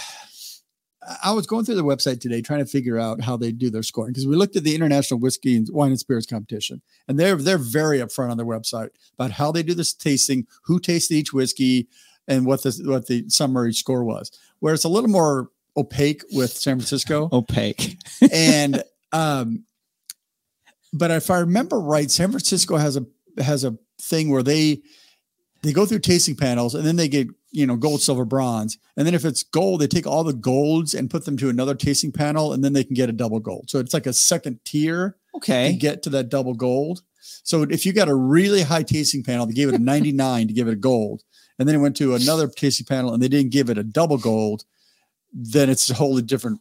C: I was going through the website today trying to figure out how they do their scoring because we looked at the International Whiskey and Wine and Spirits competition, and they're they're very upfront on their website about how they do this tasting, who tasted each whiskey, and what the what the summary score was. Where it's a little more opaque with San Francisco.
B: Opaque.
C: and um but if i remember right san francisco has a has a thing where they they go through tasting panels and then they get you know gold silver bronze and then if it's gold they take all the golds and put them to another tasting panel and then they can get a double gold so it's like a second tier to
B: Okay.
C: get to that double gold so if you got a really high tasting panel they gave it a 99 to give it a gold and then it went to another tasting panel and they didn't give it a double gold then it's a wholly different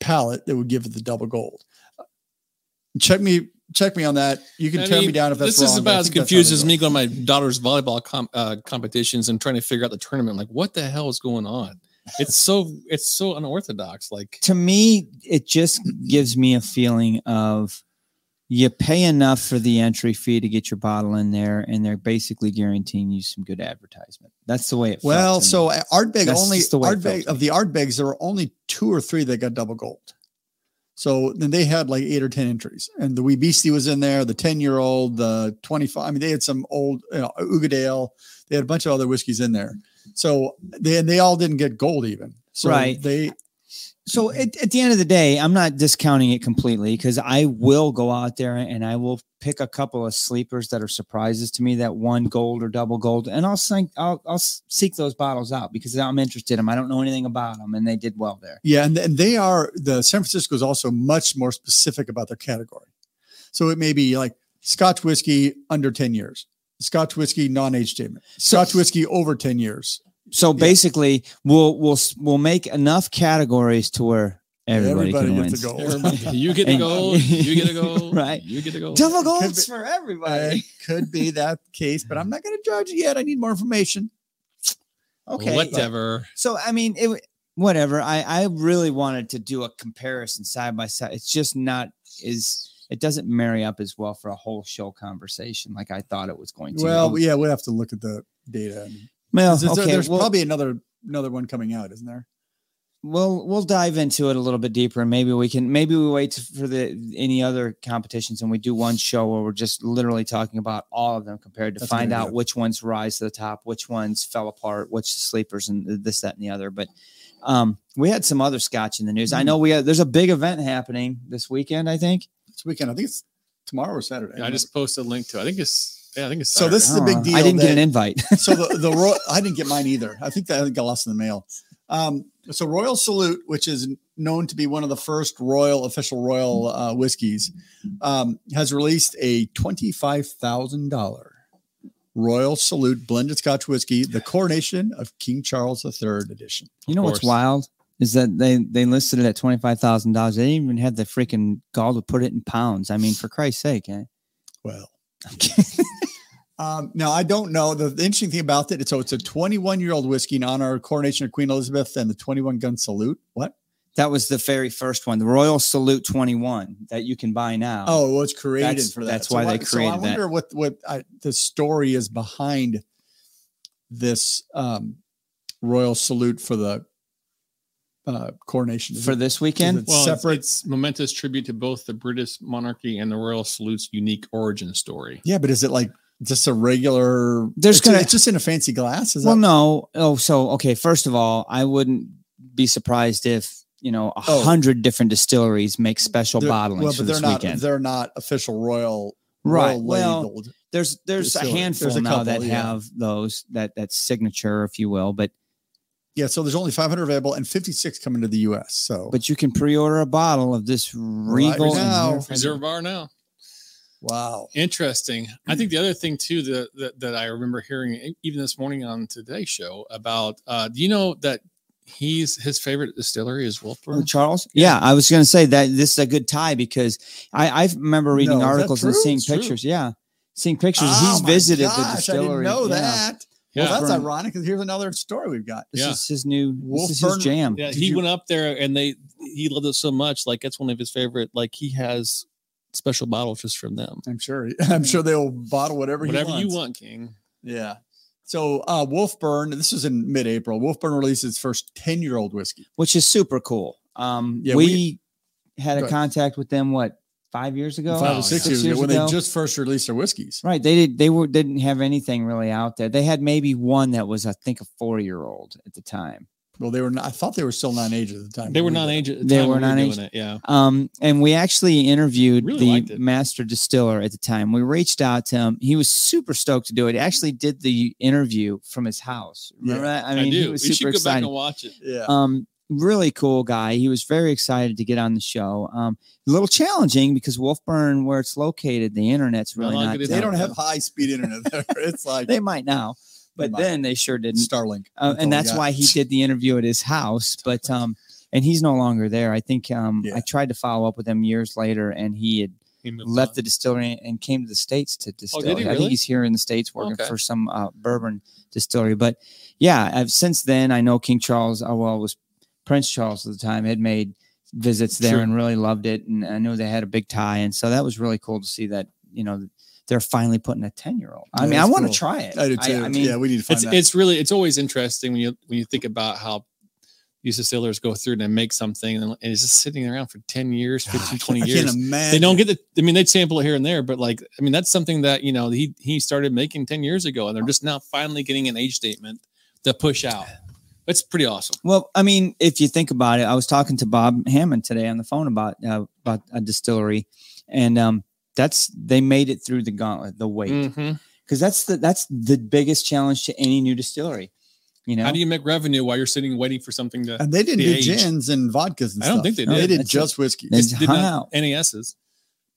C: palette that would give it the double gold. Check me, check me on that. You can
A: I
C: tear me
A: mean,
C: down if that's
A: this
C: wrong,
A: is
C: but I
A: about as
C: think that's how
A: confused
C: they
A: as
C: do
A: me
C: it.
A: going to my daughter's volleyball com- uh, competitions and trying to figure out the tournament. Like, what the hell is going on? It's so it's so unorthodox. Like,
B: To me, it just gives me a feeling of you pay enough for the entry fee to get your bottle in there, and they're basically guaranteeing you some good advertisement. That's the way it. felt
C: Well,
B: to me.
C: so uh, Ardbeg
B: That's
C: only
B: just the way it felt
C: Ardbeg,
B: to
C: of the Ardbegs, there were only two or three that got double gold. So then they had like eight or ten entries, and the Wee Beastie was in there, the ten year old, the twenty five. I mean, they had some old you know, Ugadale. They had a bunch of other whiskeys in there. So they and they all didn't get gold even. So
B: Right.
C: They
B: so at, at the end of the day, I'm not discounting it completely because I will go out there and I will pick a couple of sleepers that are surprises to me that won gold or double gold, and I'll sink, I'll, I'll seek those bottles out because I'm interested in them. I don't know anything about them, and they did well there.
C: Yeah, and, and they are the San Francisco is also much more specific about their category. So it may be like Scotch whiskey under 10 years, Scotch whiskey non-age statement, Scotch whiskey over 10 years.
B: So basically, we'll we'll we'll make enough categories to where everybody, can win.
C: gets a gold.
A: Everybody- you get to
B: And-
A: go. You get to go.
B: Right.
A: You get to go.
B: Double
C: Could
B: golds
C: be-
B: for
C: Uh,
B: everybody.
C: it could be that case, but I'm not going to judge yet. I need more information.
B: Okay.
A: Whatever.
B: So I mean, it w- whatever. I I really wanted to do a comparison side by side. It's just not is it doesn't marry up as well for a whole show conversation like I thought it was going to. Um,
C: Well, yeah, we'll have to look at the data.
B: well,
C: Is there-
B: okay.
C: uh, there's
B: we'll,
C: probably another another one coming out, isn't there?
B: we'll we'll dive into it a little bit deeper, and maybe we can maybe we wait for the any other competitions, and we do one show where we're just literally talking about all of them compared to
C: That's a
B: find
C: good
B: out
C: idea.
B: which ones rise to the top, which ones fell apart, which the sleepers, and this, that, and the other. But um, we had some other scotch in the
C: Mm-hmm.
B: news. I know we had, there's a big event happening this weekend. I think
C: This weekend, I think it's tomorrow or Saturday.
A: I just posted a link to. it. I think it's. Yeah, I think it's.
C: So this-
A: Saturday.
C: is a
B: Oh,
C: big
B: I
C: deal
B: didn't get an
C: that-
B: invite.
C: so the the Royal, I didn't get mine either. I think that I think I lost in the mail. Um, so Royal Salute, which is known to be one of the first Royal official Royal uh, whiskeys, um, has released a twenty five thousand dollar Royal Salute blended Scotch whiskey, the Coronation of King Charles III edition.
B: you know what's
A: course.
B: wild is that they they listed it at twenty five thousand dollars. They didn't even have the freaking gall to put it in pounds. I mean, for Christ's sake. Eh?
C: Well, um, now I don't know. The, the interesting thing about it, so it's a 21 year old whiskey in honor of coronation of Queen Elizabeth and the 21 gun salute. What?
B: That was the very first one, the Royal Salute 21 that you can buy now.
C: Oh, it was created
B: Um, That's-
C: for that.
B: that's why
C: I-
B: they created
C: So I
B: that.
C: wonder what what I, the story is behind this um, royal salute for the uh, coronation. Is
B: for
C: it-
B: this
C: is
B: weekend?
C: it
A: well,
C: separate.
A: It's, it's momentous tribute to both the British monarchy and the royal salute's unique origin story.
C: yeah, but is it like just a regular?
B: There's
C: it's,
B: gonna-
C: it's just in a fancy glass. Is
B: Well,
C: that?
B: no. Oh, so okay. First of all, I wouldn't be surprised if you know a
C: Oh.
B: hundred different distilleries make special
C: They're-
B: bottlings
C: well,
B: for
C: but
B: this
C: they're not.
B: weekend.
C: They're not official royal.
B: Right.
C: royal
B: Well,
C: labeled.
B: there's there's a
C: distillery.
B: handful
C: There's a
B: now that
C: couple, yeah.
B: have those that that signature, if you will. But
C: Yeah, so there's only 500 available and 56 coming to the U.S. So
B: but you can pre-order a bottle of this regal. and-
C: now.
A: Reserve bar now.
C: wow,
A: Interesting. I think the other thing too that, that that I remember hearing e- even this morning on today's show about. Uh, do you know that he's his favorite distillery is
B: Oh,
A: Wolfburn?
B: Charles? Yeah, I was going to say that this is a good tie because I, I remember reading
C: No, is that
B: articles and
C: true?
B: seeing
A: It's true.
B: pictures. Yeah, seeing pictures.
C: Oh
B: He's
C: my
B: visited the
C: gosh,
B: distillery.
C: I didn't know
B: Yeah.
C: that.
A: Yeah.
C: Well, that's
B: From-
C: ironic because here's another story we've got.
B: This
A: Yeah.
B: is his new. This is his
C: Wolfburn-
B: jam.
A: Yeah,
C: Did
A: he
C: you-
A: went up there and they he loved it so much. Like that's one of his favorite. Like he has special bottles just from them.
C: I'm sure. I'm sure they'll bottle whatever, he
A: Whatever you
C: wants.
A: want, King.
C: Yeah. So uh, Wolfburn, this was in mid-April. Wolfburn released its first 10-year-old whiskey.
B: which is super cool. Um,
C: Yeah,
B: we,
C: we- Go
B: had a
C: ahead.
B: contact with them what five years ago,
C: Five
A: Oh,
C: or six
A: yeah.
C: years, ago, when they just first released their whiskeys.
B: right. They did. They were didn't have anything really out there. They had maybe one that was I think a four year old at the time.
C: Well, they were. Not, I thought they were still non-age at the time.
A: They were non-age. At the
B: They
A: time
B: were
A: when we
B: non-age.
A: doing it, Yeah.
B: Um, and we actually interviewed
A: Really liked
B: the
A: it.
B: master distiller at the time. We reached out to him. He was super stoked to do it. He actually did the interview from his house. Remember that? I
A: I,
B: mean,
A: do.
B: he was
A: you
B: super
A: should go back
B: excited.
A: and watch it.
C: Yeah.
B: um really cool guy he was very excited to get on the show um a little challenging because wolfburn where it's located the internet's
A: How
B: really
A: long
B: not
A: could it
C: they
A: yeah.
C: don't have high-speed internet there. It's like
B: they might now but
C: might.
B: then they sure didn't
C: Starlink,
B: uh,
C: all we
B: and that's
C: got.
B: why he did the interview at his house but um and he's no longer there i think um
C: Yeah.
B: i tried to follow up with him years later and he had
A: He moved
B: left
A: on.
B: the distillery and came to the states to distill.
A: Oh, did he
B: I
A: really?
B: think he's here in the states working
A: Okay.
B: for some uh, bourbon distillery. But yeah, I've, since then I know King Charles. Oh well, it was Prince Charles at the time had made visits there
A: Sure.
B: and really loved it, and I knew they had a big tie, and so that was really cool to see that you know they're finally putting a ten year old. I
C: Yeah,
B: mean, I
C: that's
B: want to
C: cool.
B: try it.
C: I, did too.
B: I mean,
C: yeah, we need to find
A: it's
C: that.
A: it's really it's always interesting when you when you think about how these distillers go through and they make something and it's just sitting around for 10 years 15 20
C: I
A: years
C: can't imagine.
A: they don't get the i mean they sample it here and there but like i mean that's something that you know he he started making 10 years ago and they're just now finally getting an age statement to push out That's pretty awesome.
B: Well, I mean, if you think about it, I was talking to Bob Hammond today on the phone about uh, about a distillery, and um, that's they made it through the gauntlet, the wait,
A: Mhm.
B: because that's the that's the biggest challenge to any new distillery. You know,
A: How do you make revenue while you're sitting waiting for something to
C: And they didn't
A: The
C: do
A: age.
C: gins and vodkas and
A: I don't
C: stuff.
A: think they
C: No,
A: did.
C: They did
B: That's
C: just whiskey.
B: They
A: just
B: just
A: did
B: hung
A: not
B: out.
A: NASs?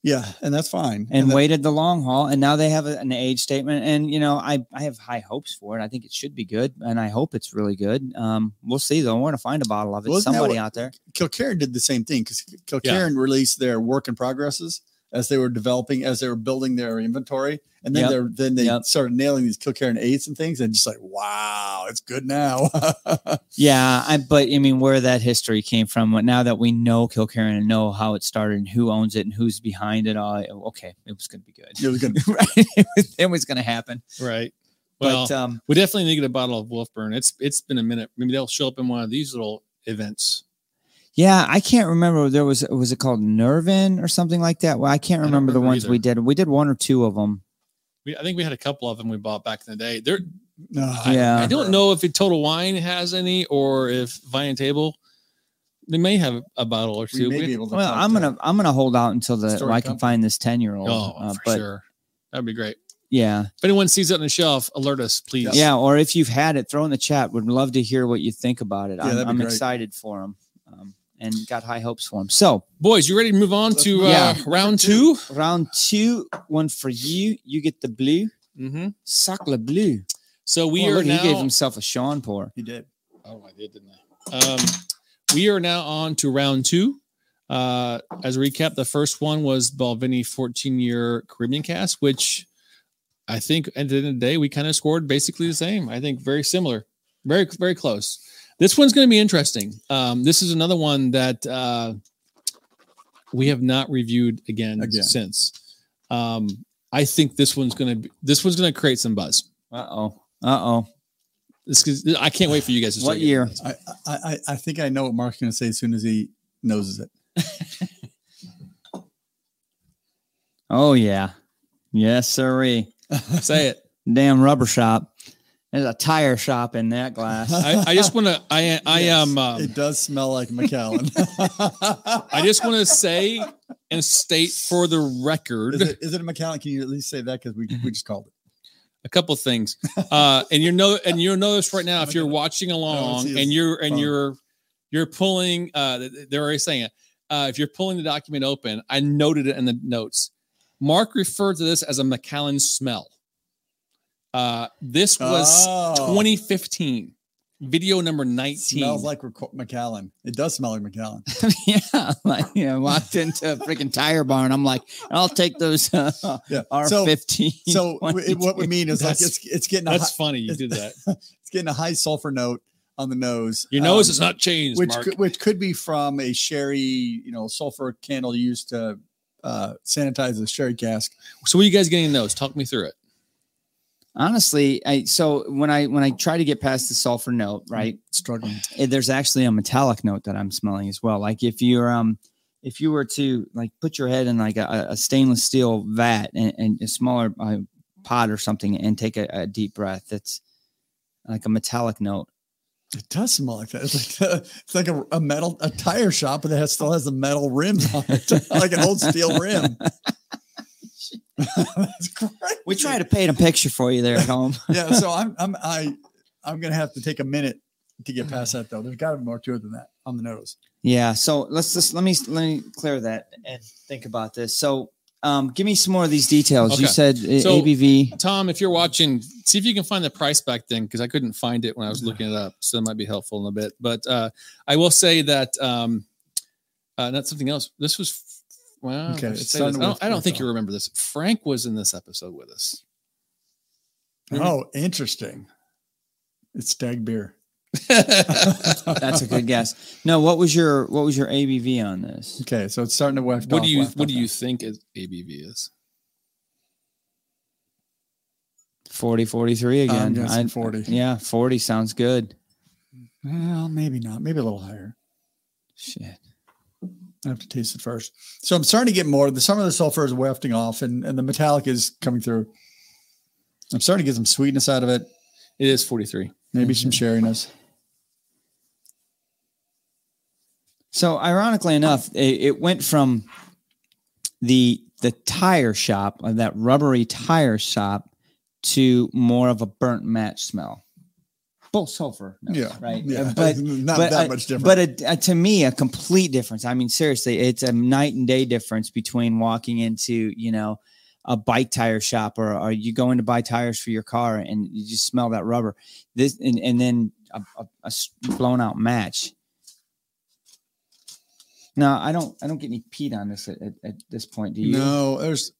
C: yeah, and that's fine.
B: and
C: the-
B: waited the long haul and now they have a- an age statement and you know I, I have high hopes for it i think it should be good and i hope it's really good um, we'll see though i want to find a bottle of it
C: Well, isn't that
B: somebody
C: what-
B: out there
C: Kilcairn did the same thing because Kilcairn released their work in progresses as they were developing, as they were building their inventory, and then
B: Yep.
C: they're then they
B: Yep.
C: started nailing these Kilcairn eights and things, and just like wow, it's good now.
B: yeah I, but i mean where that history came from what- now that we know kilkerran and know how it started and who owns it and who's behind it all okay it was going to be
C: it
B: good
C: was good.
B: Right? it was going to happen
A: Right. Well,
B: but um,
A: we definitely need to get a bottle of Wolfburn. It's it's been a minute. Maybe they'll show up in one of these little events.
B: Yeah, I can't remember. There was was it called Nervin or something like that? Well, I can't
A: I don't
B: remember, the
A: remember
B: ones we
A: either.
B: did. We did one or two of them.
A: We, I think we had a couple of them we bought back in the day. There,
C: No,
A: I-
B: Yeah.
A: I,
C: Uh-huh.
A: don't know if it Total Wine has any or if Vine Table. They may have a bottle or
C: We
A: two.
C: may
A: We-
C: be able to
B: Well,
C: talk
B: I'm
C: to-
B: gonna I'm gonna hold out until the
C: Story
B: I can
C: company.
B: find this ten year old.
A: oh,
B: uh,
A: for
B: but
A: sure. That'd be great.
B: yeah,
A: If anyone sees it on the shelf, alert us, please.
B: yeah. Or if you've had it, throw in the chat. Would love to hear what you think about it.
C: Yeah, that'd
B: I'm,
C: be
B: I'm
C: great.
B: excited for them um, and got high hopes for them. So
A: Boys, you ready to move on to uh,
B: Yeah.
A: round 2
B: round two, one for you. You get the blue
A: Mm-hmm.
B: Sacre Bleu.
A: So we
B: Oh,
A: are
B: look,
A: now.
B: He gave himself a Sean pour.
C: He did.
A: Oh, I did, didn't I? Um, we are now on to round two. Uh, as a recap, the first one was Balvenie 14 year Caribbean cast, which I think at the end of the day, we kind of scored basically the same. I think very similar, very, very close. This one's going to be interesting. Um, this is another one that uh, we have not reviewed again,
C: Again.
A: since. Um, I think this one's going to be, this one's going to create some buzz.
B: Uh oh. Uh oh.
A: This is, I can't wait for you guys to start
B: What
A: getting
B: year?
A: this.
C: I, I I- I think I know what Mark's gonna say as soon as he noses it.
B: Oh yeah. Yes, sirree.
A: Say it.
B: damn rubber shop. There's a tire shop in that glass.
A: I, I just want to. I I
C: Yes,
A: am. Um,
C: It does smell like McAllen.
A: I just want to say and state for the record
C: is it, is it a McAllen? Can you at least say that because we, we just called it.
A: a couple things. Uh, and you know, and you'll notice right now if you're watching
C: see
A: along
C: his
A: and you're and
C: phone.
A: you're you're pulling. Uh, they're already saying it. Uh, if you're pulling the document open, I noted it in the notes. Mark referred to this as a McAllen smell. Uh, this was
C: Oh.
A: 2015, video number 19.
C: Smells like reco- McAllen. It does smell like McAllen.
B: yeah, like you know, walked into a freaking tire barn. I'm like, I'll take those uh,
C: Yeah. So,
B: R15.
C: so w- what we mean is like
A: That's-
C: it's it's getting a high,
A: That's funny you did that.
C: it's getting a high sulfur note on the nose.
A: Your nose
C: um,
A: has not changed,
C: which
A: Mark.
C: could, which could be from a sherry, you know, sulfur candle used to uh, sanitize the sherry cask.
A: So what are you guys getting in those? Talk me through it.
B: honestly, I so when I when I try to get past the sulfur note, right?
C: Mm-hmm. Struggling.
B: it- there's actually a metallic note that I'm smelling as well. Like if you're um if you were to like put your head in like a, a stainless steel vat and, and a smaller uh, pot or something and take a, a deep breath, it's like a metallic note.
C: It does smell like that. It's like, it's like a, a metal a tire shop, but it has, still has the metal rims on it, like an old steel rim. That's crazy.
B: We try to paint a picture for you there at home.
C: yeah, so I'm I'm I I'm gonna have to take a minute to get past that though. There's gotta be more to it than that on the nose.
B: yeah. So let's just let me let me clear that and think about this. So um give me some more of these details. You
A: Okay.
B: said uh,
A: So-
B: ABV.
A: Tom, if you're watching, see if you can find the price back then because I couldn't find it when I was looking it up. So that might be helpful in a bit. But uh, I will say that um, uh, not something else. This was well.
C: Okay,
A: I, should
C: it's
A: say this.
C: done
A: I
C: with-
A: don't, I don't
C: with
A: think you
C: all.
A: remember this. Frank was in this episode with us.
C: Oh, interesting. It's stag beer.
B: That's a good guess. No, what was your what was your ABV on this?
C: Okay, so it's starting to waft
A: what
C: off,
A: do you
C: waft
A: What
C: off
A: do
C: now.
A: you think is ABV is?
B: 40 43 again
C: I'm guessing
B: I'd-
C: 40.
B: yeah 40 sounds good
C: Well, maybe not. Maybe a little higher.
B: shit
C: I have to taste it first. So I'm starting to get more. The some of the sulfur is wafting off and, and the metallic is coming through. I'm starting to get some sweetness out of it,
A: It is 43.
B: Mm-hmm.
C: maybe some sherryness.
B: So ironically enough, it, it went from the the tire shop of that rubbery tire shop to more of a burnt match smell. Bull sulfur, notes,
C: Yeah.
B: right.
C: Yeah.
B: But
C: not
B: but
C: that
B: I-
C: much different.
B: But a, a- to me, a complete difference. I mean, seriously, it's a night and day difference between walking into, you know, a bike tire shop or, or you go in to buy tires for your car and you just smell that rubber. This and, and then a, a- a s- blown out match. No, I don't. I don't get any peed on this at, at, at this point. Do you?
C: No, there's.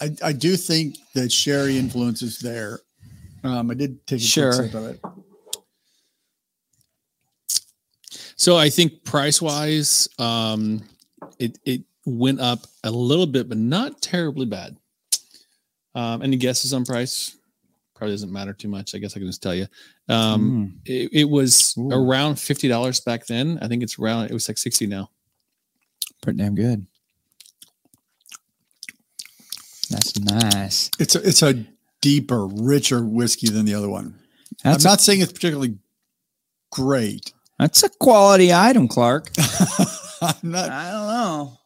C: I, I do think that sherry influence is there. Um, I did take a quick
B: Sure.
C: sip of it.
A: So I think price wise, um, it it went up a little bit, but not terribly bad. Um, any guesses on price? Probably doesn't matter too much. I guess I can just tell you.
C: Hmm.
A: Um,
B: Mm.
A: it, it was
B: Ooh.
A: around fifty dollars back then. I think it's around. It was like sixty now.
B: pretty damn good. That's nice.
C: It's a, it's a deeper, richer whiskey than the other one.
B: That's
C: I'm
B: a,
C: not saying it's particularly great.
B: that's a quality item, Clark.
C: I'm not.
B: I don't know.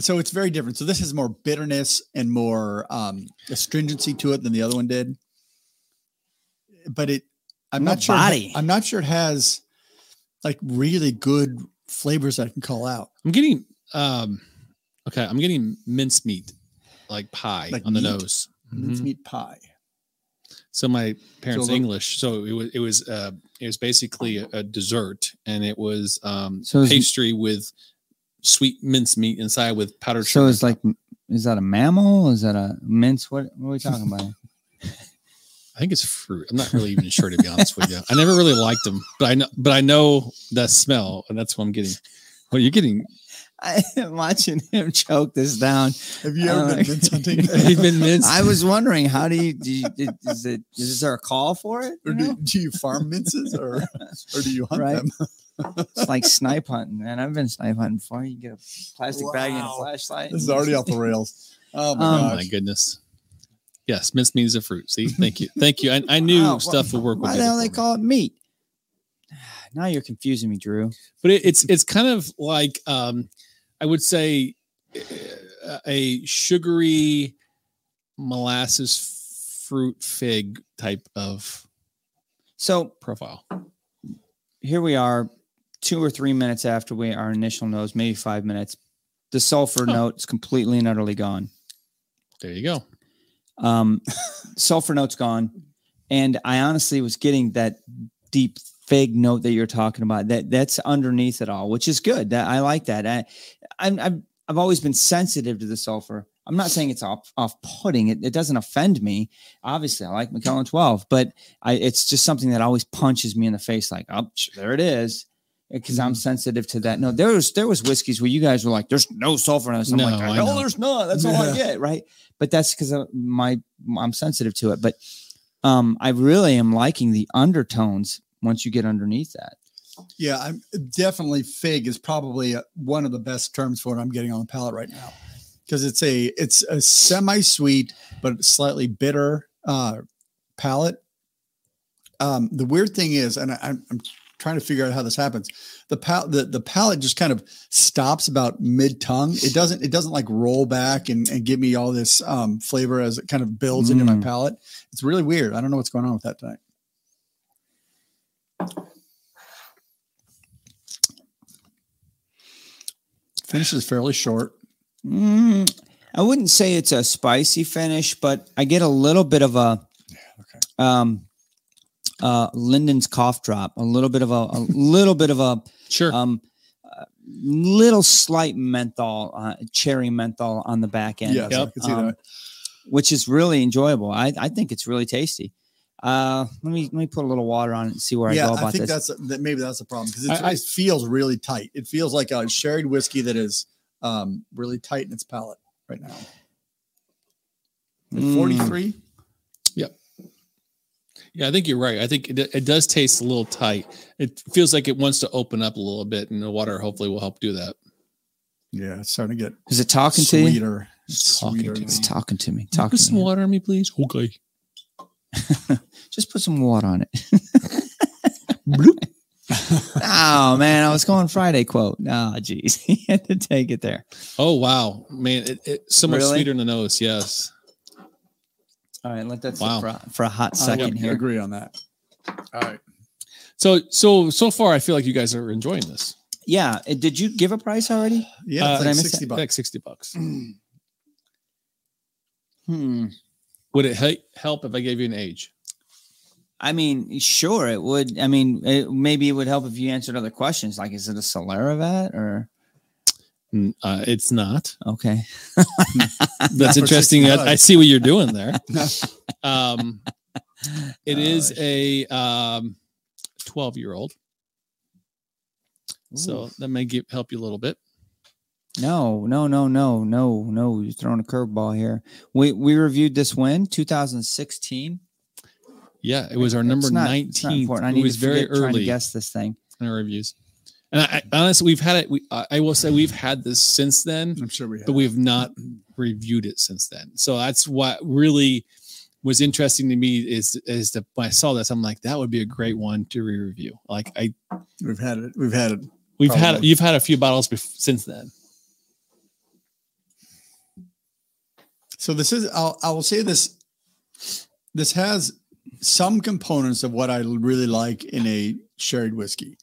C: So it's very different. So this has more bitterness and more um, astringency to it than the other one did. But it, I'm
B: More
C: not sure.
B: body.
C: I'm not sure it has like really good flavors I can call out.
A: I'm getting um, okay. I'm getting minced meat, like pie
C: Like
A: on the
C: meat?
A: nose.
B: Mm-hmm.
A: Mhm.
C: Mincemeat pie.
A: So my parents
C: the-
A: English. So it was it was uh it was basically a, a dessert, and it was um
B: So it's-
A: pastry with sweet mincemeat inside with powdered
B: So
A: sugar.
B: it's like, is that a mammal? Is that a mince? What, what are we talking about?
A: I think it's fruit. I'm not really even sure to be honest with you. I never really liked them, but I know but I know that smell, and that's what I'm getting. Well, you're getting
B: I am watching him choke this down.
C: Have you ever
B: Uh,
C: been mince hunting?
A: you've been minced.
B: I was wondering, how do you, do you is it, is there a call for it?
C: or
B: you
C: do,
B: know?
C: do you farm minces or or do you hunt
B: Right.
C: them?
B: It's like snipe hunting, man. I've been snipe hunting before. You get a plastic bag and a
C: Wow.
B: flashlight.
C: This is already off the rails. Oh my
B: Um,
A: oh my
C: gosh.
A: goodness. Yes, minced meat is a fruit. See, thank you, thank you. I, I knew
B: Wow, wha-
A: stuff would work.
B: Why
A: with
B: the
A: it
B: hell
A: for
B: they
A: me.
B: call it meat? Now you're confusing me, Drew.
A: but it, it's it's kind of like um i would say uh, a sugary molasses fruit fig type of
B: So
A: profile
B: here we are two or three minutes after we our initial nose maybe five minutes the sulfur
A: Huh.
B: note's completely and utterly gone
A: there you go
B: um sulfur note's gone and i honestly was getting that deep fig note that you're talking about that that's underneath it all which is good that i like that i i'm, I'm i've always been sensitive to the sulfur i'm not saying it's off off putting it, it doesn't offend me obviously i like mcclellan 12 but i it's just something that always punches me in the face like oh sh- there it is because
A: Mm-hmm.
B: I'm sensitive to that. No, there was there was whiskeys where you guys were like, "There's no sulfur in this." I'm
A: No,
B: like,
A: I
B: "No,
A: know.
B: there's none. That's all I
C: Yeah.
B: get." Right? But that's because my I'm sensitive to it. But um, I really am liking the undertones once you get underneath that.
C: Yeah, I'm definitely fig is probably uh, one of the best terms for what I'm getting on the palate right now because it's a it's a semi-sweet but slightly bitter uh, palate. Um, the weird thing is, and I, I'm, I'm trying to figure out how this happens. The pal the, the palate just kind of stops about mid tongue. It doesn't it doesn't like roll back and, and give me all this um, flavor as it kind of builds into my
B: Mm.
C: palate. It's really weird. I don't know what's going on with that tonight. Finish is fairly short.
B: Mm, I wouldn't say it's a spicy finish, but I get a little bit of a
C: okay.
B: um, uh, Linden's cough drop, a little bit of a, a little bit of a
A: sure
B: um, uh, little slight menthol, uh, cherry menthol on the back end,
C: Yes, I
A: Yep.
C: can see
B: Um,
C: that.
B: which is really enjoyable. I, I think it's really tasty. Uh, let me let me put a little water on it and see where I
C: Yeah,
B: go
C: I
B: about
C: think
B: this.
C: that's that maybe that's the problem because
A: I- I-
C: it feels really tight. It feels like a sherry whiskey that is um, really tight in its palate right now. At
B: Mm.
C: 43,
A: yeah i think you're right i think it, it does taste a little tight it feels like it wants to open up a little bit and the water hopefully will help do that
C: yeah, it's starting to get
B: Is it talking to you?
C: sweeter.
A: It's talking
C: sweeter
A: to
C: now.
B: It's talking to me.
A: Can you
B: Talking
A: put
B: to
A: some
B: me.
A: water on me please okay
B: Just put some water on it.
A: Bloop.
B: oh man, I was going Friday quote. Oh geez, he had to take it there.
A: Oh wow, man, it, it, so much
B: Really?
A: sweeter in the nose. Yes.
B: All right, let that sit
A: Wow. Oh,
B: for, a- for a hot
C: I
B: second
C: would
B: here.
C: agree on that. All right.
A: So so so far, I feel like you guys are enjoying this.
B: Yeah, uh, did you give a price already?
C: Yeah,
A: Uh,
C: it's
B: did I
C: like
B: miss
C: sixty
B: it?
C: bucks.
A: Like sixty bucks.
B: Hmm.
A: Would it he- help if I gave you an age?
B: I mean, sure, it would. I mean, it, maybe it would help if you answered other questions, like is it a Solera vet or Hmm.
A: Mm, Uh, it's not.
B: okay?
A: That's
C: for
A: interesting. I, I
C: $60.
A: see what you're doing there. Um, it
B: Oh,
A: is a um, 12 year old. So
B: Oof.
A: that may give, help you a little bit.
B: no, no, no, no, no, no, you're throwing a curveball here. We we reviewed this win 2016.
A: Yeah, it was our number
B: It's not- it's not
A: 19.
B: important. I
A: it
B: need
A: was
B: to
A: very
B: forget trying to
A: early
B: guess this thing.
A: in our reviews. And I, I honestly, we've had it. We, I I will say we've had this since then.
C: I'm sure we have.
A: but we've not reviewed it since then. So that's what really was interesting to me is is that when I saw this, I'm like, that would be a great one to re-review. Like I
C: We've had it. We've had it.
A: we've had
C: Probably.
A: you've had a few bottles bef- since then.
C: So this is. I'll, I will say this. This has some components of what I really like in a sherry whiskey.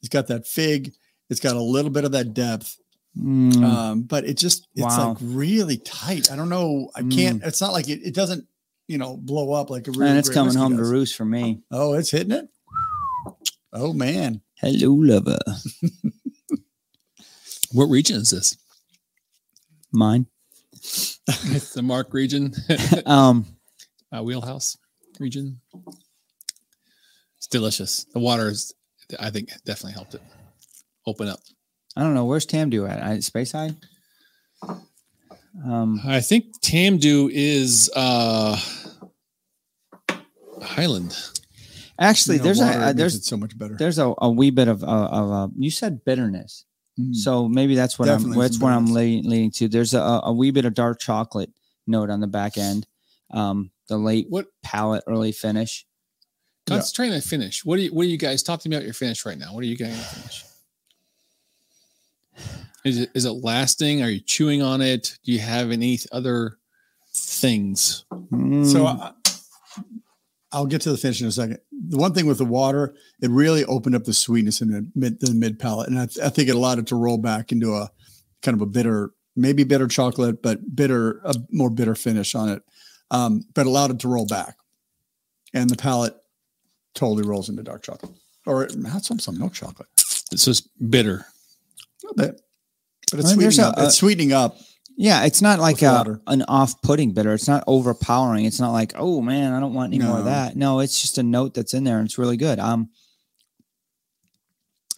C: It's got that fig. It's got a little bit of that depth.
A: Uh,
B: Mm,
C: um, but it just it's
B: Wow.
C: like really tight. I don't know. I
B: Mm.
C: can't. It's not like it. It doesn't you know blow up like a really.
B: and it's
C: great
B: coming
C: whiskey
B: home
C: does.
B: to roost for me.
C: Oh, it's hitting it. Oh man,
B: Hello, lover.
A: What region is this?
B: Mine.
A: It's the Mark region,
B: Um,
A: uh, wheelhouse region. It's delicious. The water is, I think, definitely helped it open up.
B: I don't know. Where's Tamdu at? I, space side. Um,
A: I think Tamdu is uh Highland.
B: actually,
C: You know,
B: there's
C: water, it
B: a, uh,
C: makes
B: there's
C: it so much better.
B: there's a, a wee bit of of, of uh, you said bitterness,
C: Mm.
B: so maybe that's what I'm
C: Definitely
B: that's
C: some
B: what I'm
C: bitterness.
B: leading, leading to. There's a, a wee bit of dark chocolate note on the back end, um, the late
A: What
B: palate, early finish.
C: Yeah.
A: Concentrating on finish. What do you what do you guys talk to me about your finish right now? What are you getting at finish? Is it is it lasting? Are you chewing on it? Do you have any other things?
C: So
B: Mm,
C: I, I'll get to the finish in a second. The one thing with the water, it really opened up the sweetness in the mid, the mid palate, and I, th- I think it allowed it to roll back into a kind of a bitter, maybe bitter chocolate, but bitter, a more bitter finish on it. Um, but allowed it to roll back, and the palate totally rolls into dark chocolate, or not some some milk chocolate,
A: It's just bitter.
C: a little bit. But
B: I
C: it's
B: mean, there's
C: sweetening up.
B: a- uh,
C: it's sweetening up.
B: yeah, it's not like
C: With
B: a,
C: water.
B: an off-putting bitter. It's not overpowering. It's not like oh man, I don't want any more of
C: No.
B: that. No, it's just a note that's in there, and it's really good. Um,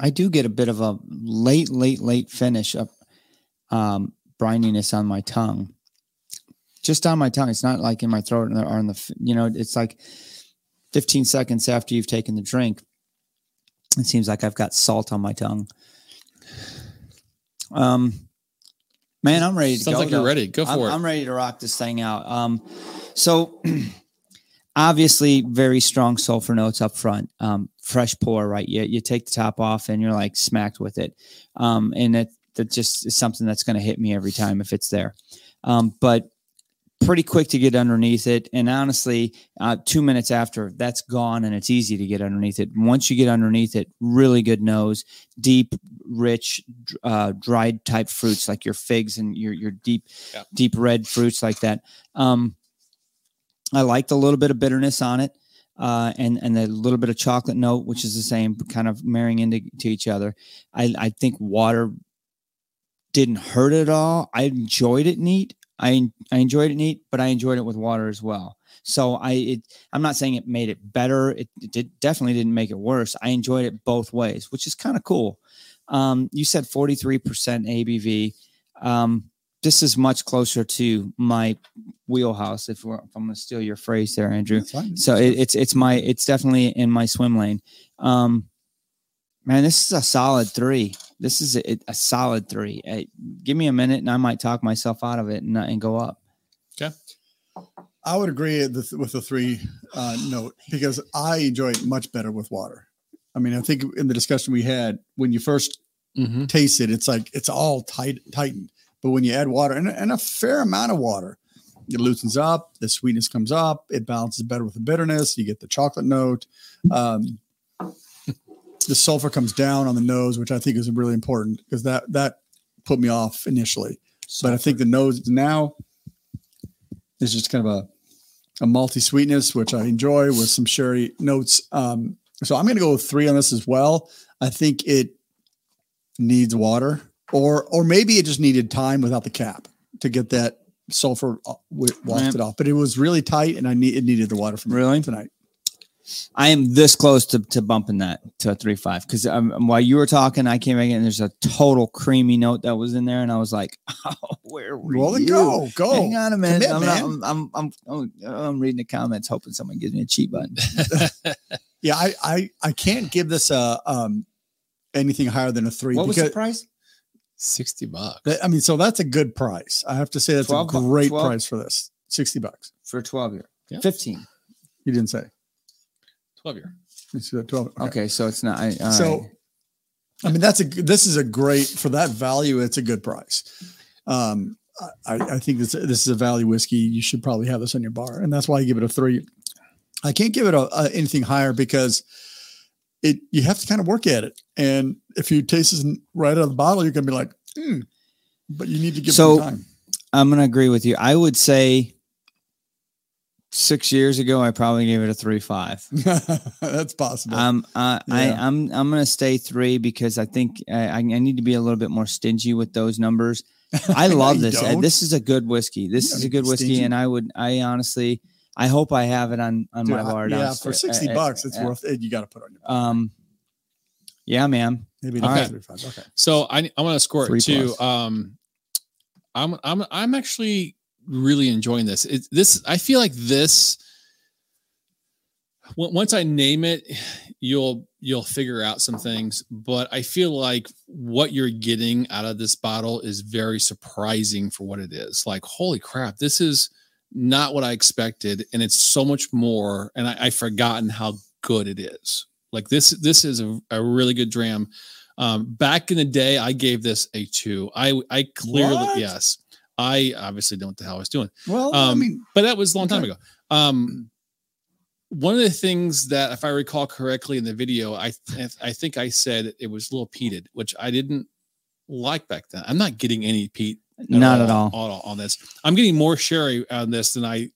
B: I do get a bit of a late, late, late finish up, um, brininess on my tongue, just on my tongue. It's not like in my throat or on the, f- you know, it's like 15 seconds after you've taken the drink. It seems like I've got salt on my tongue. Um, man, I'm ready to
A: Sounds
B: go.
A: like you're
B: though.
A: ready. Go
B: I'm,
A: for it.
B: I'm ready to rock this thing out. Um, so obviously, very strong sulfur notes up front. Um, fresh pour, right? You you take the top off and you're like smacked with it. Um, and that that just is something that's going to hit me every time if it's there. Um, but pretty quick to get underneath it, and honestly, uh, two minutes after that's gone, and it's easy to get underneath it. Once you get underneath it, really good nose, deep, rich, dr- uh, dried type fruits like your figs and your your deep
A: Yeah.
B: deep red fruits like that. Um, I liked a little bit of bitterness on it, uh, and and a little bit of chocolate note, which is the same kind of marrying into to each other. I I think water didn't hurt at all. I enjoyed it neat. I I enjoyed it neat, but I enjoyed it with water as well. So I it I'm not saying it made it better. It, it did, definitely didn't make it worse. I enjoyed it both ways, which is kind of cool. Um, you said 43% ABV. Um, this is much closer to my wheelhouse. If, we're, if I'm going to steal your phrase there, Andrew.
C: It's fine.
B: So it, it's it's my it's definitely in my swim lane. Um, man, this is a solid three. This is a, a solid three. Uh, give me a minute, and I might talk myself out of it and, and go up.
C: I would agree the th- with the three uh, note because I enjoy it much better with water. I mean, I think in the discussion we had when you first
A: Mm-hmm.
C: taste it, it's like it's all tight, tightened. But when you add water and, and a fair amount of water, it loosens up. The sweetness comes up. It balances better with the bitterness. You get the chocolate note. Um, the sulfur comes down on the nose, which I think is really important because that that put me off initially. But I think the nose now is just kind of a a malty sweetness, which I enjoy with some sherry notes. Um, so I'm going to go with three on this as well. I think it needs water, or or maybe it just needed time without the cap to get that sulfur uh, wi- wafted off. But it was really tight, and I need it needed the water from
B: Really?
C: tonight.
B: I am this close to, to bumping that to a three five because um, while you were talking, I came back in. There's a total creamy note that was in there, and I was like, "Oh, where were
C: Well, then
B: you?"
C: go go.
B: Hang on a minute.
C: Commit,
B: I'm, not,
C: man.
B: I'm, I'm, I'm, I'm, I'm reading the comments, hoping someone gives me a cheat button.
C: Yeah, I I I can't give this a um anything higher than a three because.
B: price?
A: Sixty bucks.
C: that- I mean, so that's a good price. I have to say that's
B: 12
C: a
B: bu-
C: great
B: 12
C: price for this. Sixty bucks.
B: For 12 year.
A: Yeah.
B: 15.
C: You didn't say.
A: Twelve year.
C: You said twelve.
B: Okay. so it's not. I, all
C: so,
B: right.
C: I mean, that's a g- this is a great for that value. It's a good price. Um, I, I think this this is a value whiskey. You should probably have this on your bar, and that's why I give it a three. I can't give it a, a anything higher because it you have to kind of work at it. And if you taste this right out of the bottle, you're gonna be like, hmm. But you need to give
B: So-
C: it some time.
B: I'm going to agree with you. I would say six years ago, I probably gave it a three five.
C: that's possible.
B: Um, uh, I,
C: Yeah.
B: I'm I'm gonna stay three because I think I, I I need to be a little bit more stingy with those numbers. I
C: No,
B: love
C: you
B: this. Ed.
C: don't.
B: This is a good whiskey. This
C: don't
B: is
C: need
B: a
C: to
B: good
C: be
B: whiskey,
C: stingy.
B: and I would I honestly I hope I have it on on
C: Dude,
B: my
C: I-
B: bar.
C: yeah, for
B: downstairs.
C: sixty
B: Uh, uh,
C: bucks, it's
B: uh,
C: worth it. You got to put on your
B: Um, yeah, man.
C: maybe
A: Okay.
C: not three five. Okay.
A: So I I want to score
B: Three
A: it too.
B: plus.
A: Um, I'm I'm I'm actually really enjoying this. It, this I feel like this. on- Once I name it, you'll you'll figure out some things. But I feel like what you're getting out of this bottle is very surprising for what it is. Like holy crap, this is not what I expected, and it's so much more. And I, I've forgotten how good it is. Like this this is a, a really good dram. Um, back in the day, I gave this a two. I I clearly
C: What?
A: yes. I obviously don't know what the hell I was doing,
C: Well, I
A: Um,
C: mean,
A: but that was a long time
C: Okay.
A: ago. Um, one of the things that, if I recall correctly in the video, I th- I think I said it was a little peated, which I didn't like back then. I'm not getting any peat
B: Not at all.
A: on this. I'm getting more sherry on this than I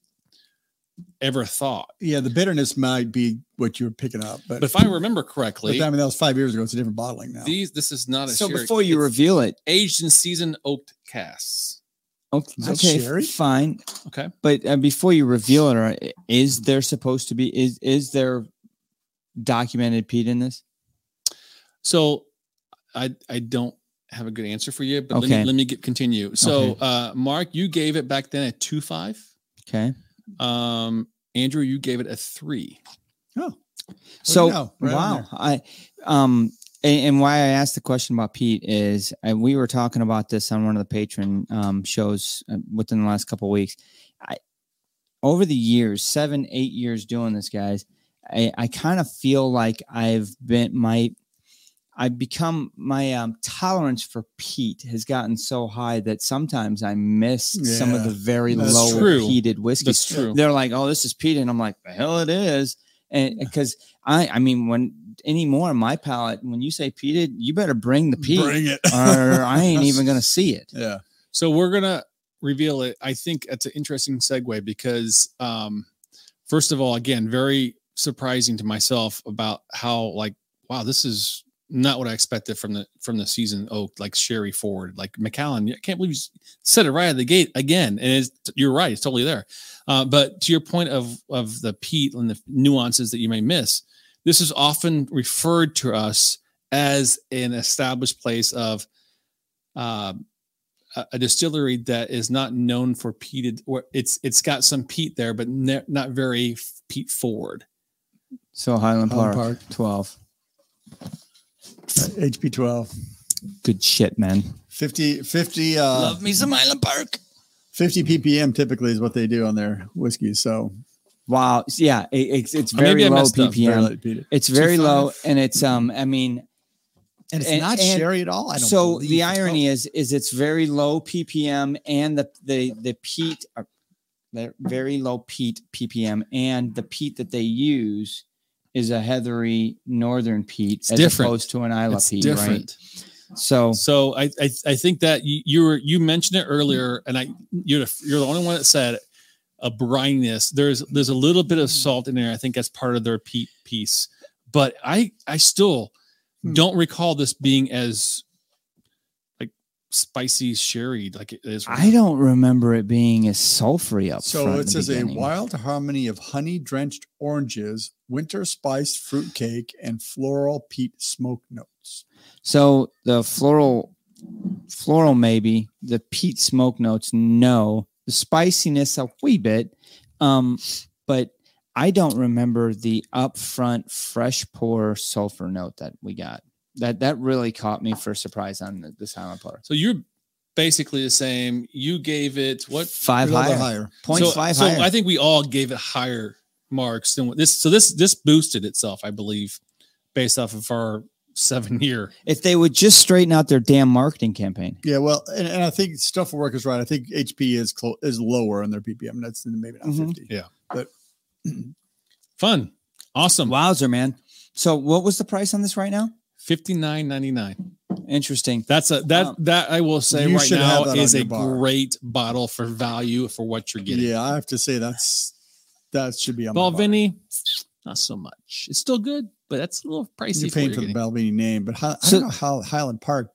A: ever thought.
C: yeah, the bitterness might be what you're picking up, but,
A: But if I remember correctly,
C: but I mean, that was five years ago. It's a different bottling now.
A: these this is not a
B: So
A: sherry.
B: before you
A: It's
B: reveal it,
A: aged in seasoned oaked casks.
B: okay,
C: that
B: okay,
C: sherry?
B: fine.
A: Okay.
B: But uh, before you reveal it, or- is there supposed to be is is there documented peat in this?
A: So I I don't have a good answer for you, but let
B: Okay.
A: me let me get continue. So
B: Okay.
A: uh Mark, you gave it back then a two five.
B: Okay.
A: Um Andrew, you gave it a three.
B: So
C: know, right on
B: wow,
C: there.
B: I um and, and why I asked the question about Pete is and we were talking about this on one of the patron um, shows uh, within the last couple of weeks. I over the years, seven eight years doing this, guys. I, I kind of feel like I've been my I've become my um, tolerance for Pete has gotten so high that sometimes I miss some of
C: Yeah,
B: the very
C: that's
B: low
A: true.
B: peated
A: That's
B: whiskeys
A: true.
B: they're like, "Oh, this is peated," and I'm like, "The hell it is," and because I, I mean, when anymore in my palate, when you say peated, you better bring the peat,
C: Bring it.
B: or I ain't even gonna see it.
C: yeah.
A: So we're gonna reveal it. I think that's an interesting segue because um first of all, again, very surprising to myself about how like wow, this is not what I expected from the from the season oak, like Sherry Ford, like McAllen. I can't believe you s- said it right out of the gate again. And it's, you're right, it's totally there. Uh, but to your point of of the peat and the nuances that you may miss, this is often referred to us as an established place of uh, a a distillery that is not known for peated or it's it's got some peat there but ne- not very f- peat forward
B: So Highland Park,
C: Highland Park.
B: twelve,
C: HP 12.
B: good shit, man.
C: 50, 50, uh,
B: me some Highland Park.
C: 50 ppm typically is what they do on their whiskey. So
B: Wow. Yeah, it, it's it's
A: Or maybe
B: very
A: I
B: low
A: messed up.
B: ppm.
C: Barely beat it.
B: It's very low,
D: 2.5.
B: and it's um. I mean,
D: and it's
B: And-
D: not
B: and-
D: sherry at all. I don't
B: so
D: believe.
B: the irony is, is it's very low ppm, and the the the peat, are- they're very low peat ppm, and the peat that they use is a heathery northern peat as
A: different.
B: opposed to an Isla
A: It's
B: peat,
A: different.
B: right? So
A: So I, I I think that you, you were you mentioned it earlier, and I you're the, you're the only one that said a brininess. There's there's a little bit of salt in there. I think that's part of their peat piece, but I I still
D: Hmm.
A: don't recall this being as like spicy sherry like it is.
B: I don't remember it being as sulfury up
C: So
B: front in
C: it
B: the
C: says a
B: beginning.
C: wild harmony of honey drenched oranges, winter spiced fruitcake, and floral peat smoke notes.
B: So the floral, floral maybe the peat smoke notes. No, the spiciness a wee bit, um, but I don't remember the upfront fresh pour sulfur note that we got. That that really caught me for a surprise on the, the silent part.
A: So you're basically the same. You gave it what
B: Five
C: Another
B: higher,
C: higher.
B: Point
A: so,
B: five
A: so
B: higher.
A: I think we all gave it higher marks than what this. So this this boosted itself, I believe, based off of our seven year.
B: if they would just straighten out their damn marketing campaign.
C: Yeah, well, and, and I think stuff will work is right. I think HP is clo- is lower on their PPM. That's maybe not
B: Mhm.
C: fifty.
A: Yeah. Fun, awesome,
B: Wowzer, man. So what was the price on this right now?
A: fifty nine ninety nine.
B: Interesting.
A: That's a that
B: Wow.
A: that I will say
C: Um, You
A: right
C: should have
A: now
C: that on
A: is
C: your
A: a
C: bar.
A: great bottle for value for what you're getting.
C: Yeah, I have to say that's that should be on my bar.
A: Balvenie, not so much. It's still good, but that's a little pricey.
C: You're
A: for
C: paying
A: what
C: for
A: you're
C: the
A: getting.
C: Balvenie name, but Hi- I
B: So-
C: don't know how Highland Park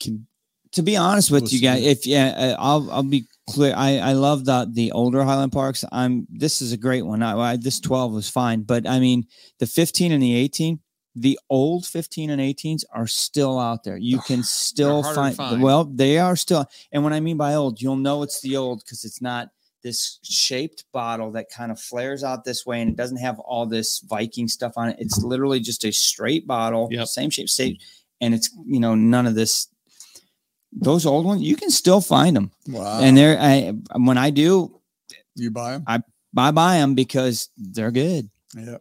C: can.
B: to be honest with
C: We'll
B: you
C: see.
B: guys, if yeah, uh, I'll I'll be clear. I I love the the older Highland Parks. I'm this is a great one. I, I this twelve was fine, but I mean the fifteen and the eighteen, the old fifteen and eighteens are still out there. You
A: They're
B: can still
A: harder to
B: find,
A: find.
B: Well, they are still. And when I mean by old, you'll know it's the old because it's not this shaped bottle that kind of flares out this way and it doesn't have all this Viking stuff on it. It's literally just a straight bottle,
A: Yep.
B: same shape, same, and it's you know none of this those old ones you can still find them
A: Uh-huh.
C: Wow.
B: and they're I, when i do
C: you buy them?
B: i buy them because they're good
C: Yeah.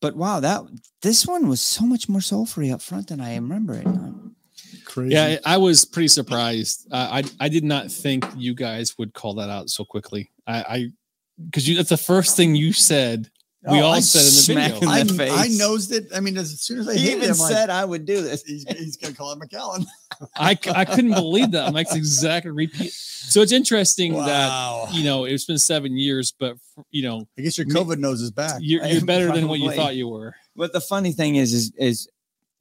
B: but wow that this one was so much more sulfury up front than i remember it
C: Crazy.
A: Yeah, I I was pretty surprised. Uh, I I did not think you guys would call that out so quickly. I because you that's the first thing you said. We
C: Oh,
A: all
B: I
A: said in the
B: smack
A: video.
B: him.
C: I,
B: in the
C: I
B: face.
C: nosed it. I mean, as soon as I hit it, I'm like,
B: i would do this
C: he's, he's going to call it McAllen.
A: I, I couldn't believe that. I'm like, it's exactly repeat. So it's interesting that you know it's been seven years, but you know
C: I guess your
A: Me-
C: COVID nose is back.
A: you're, you're better than what you
B: Probably.
A: thought you were.
B: but the funny thing is is is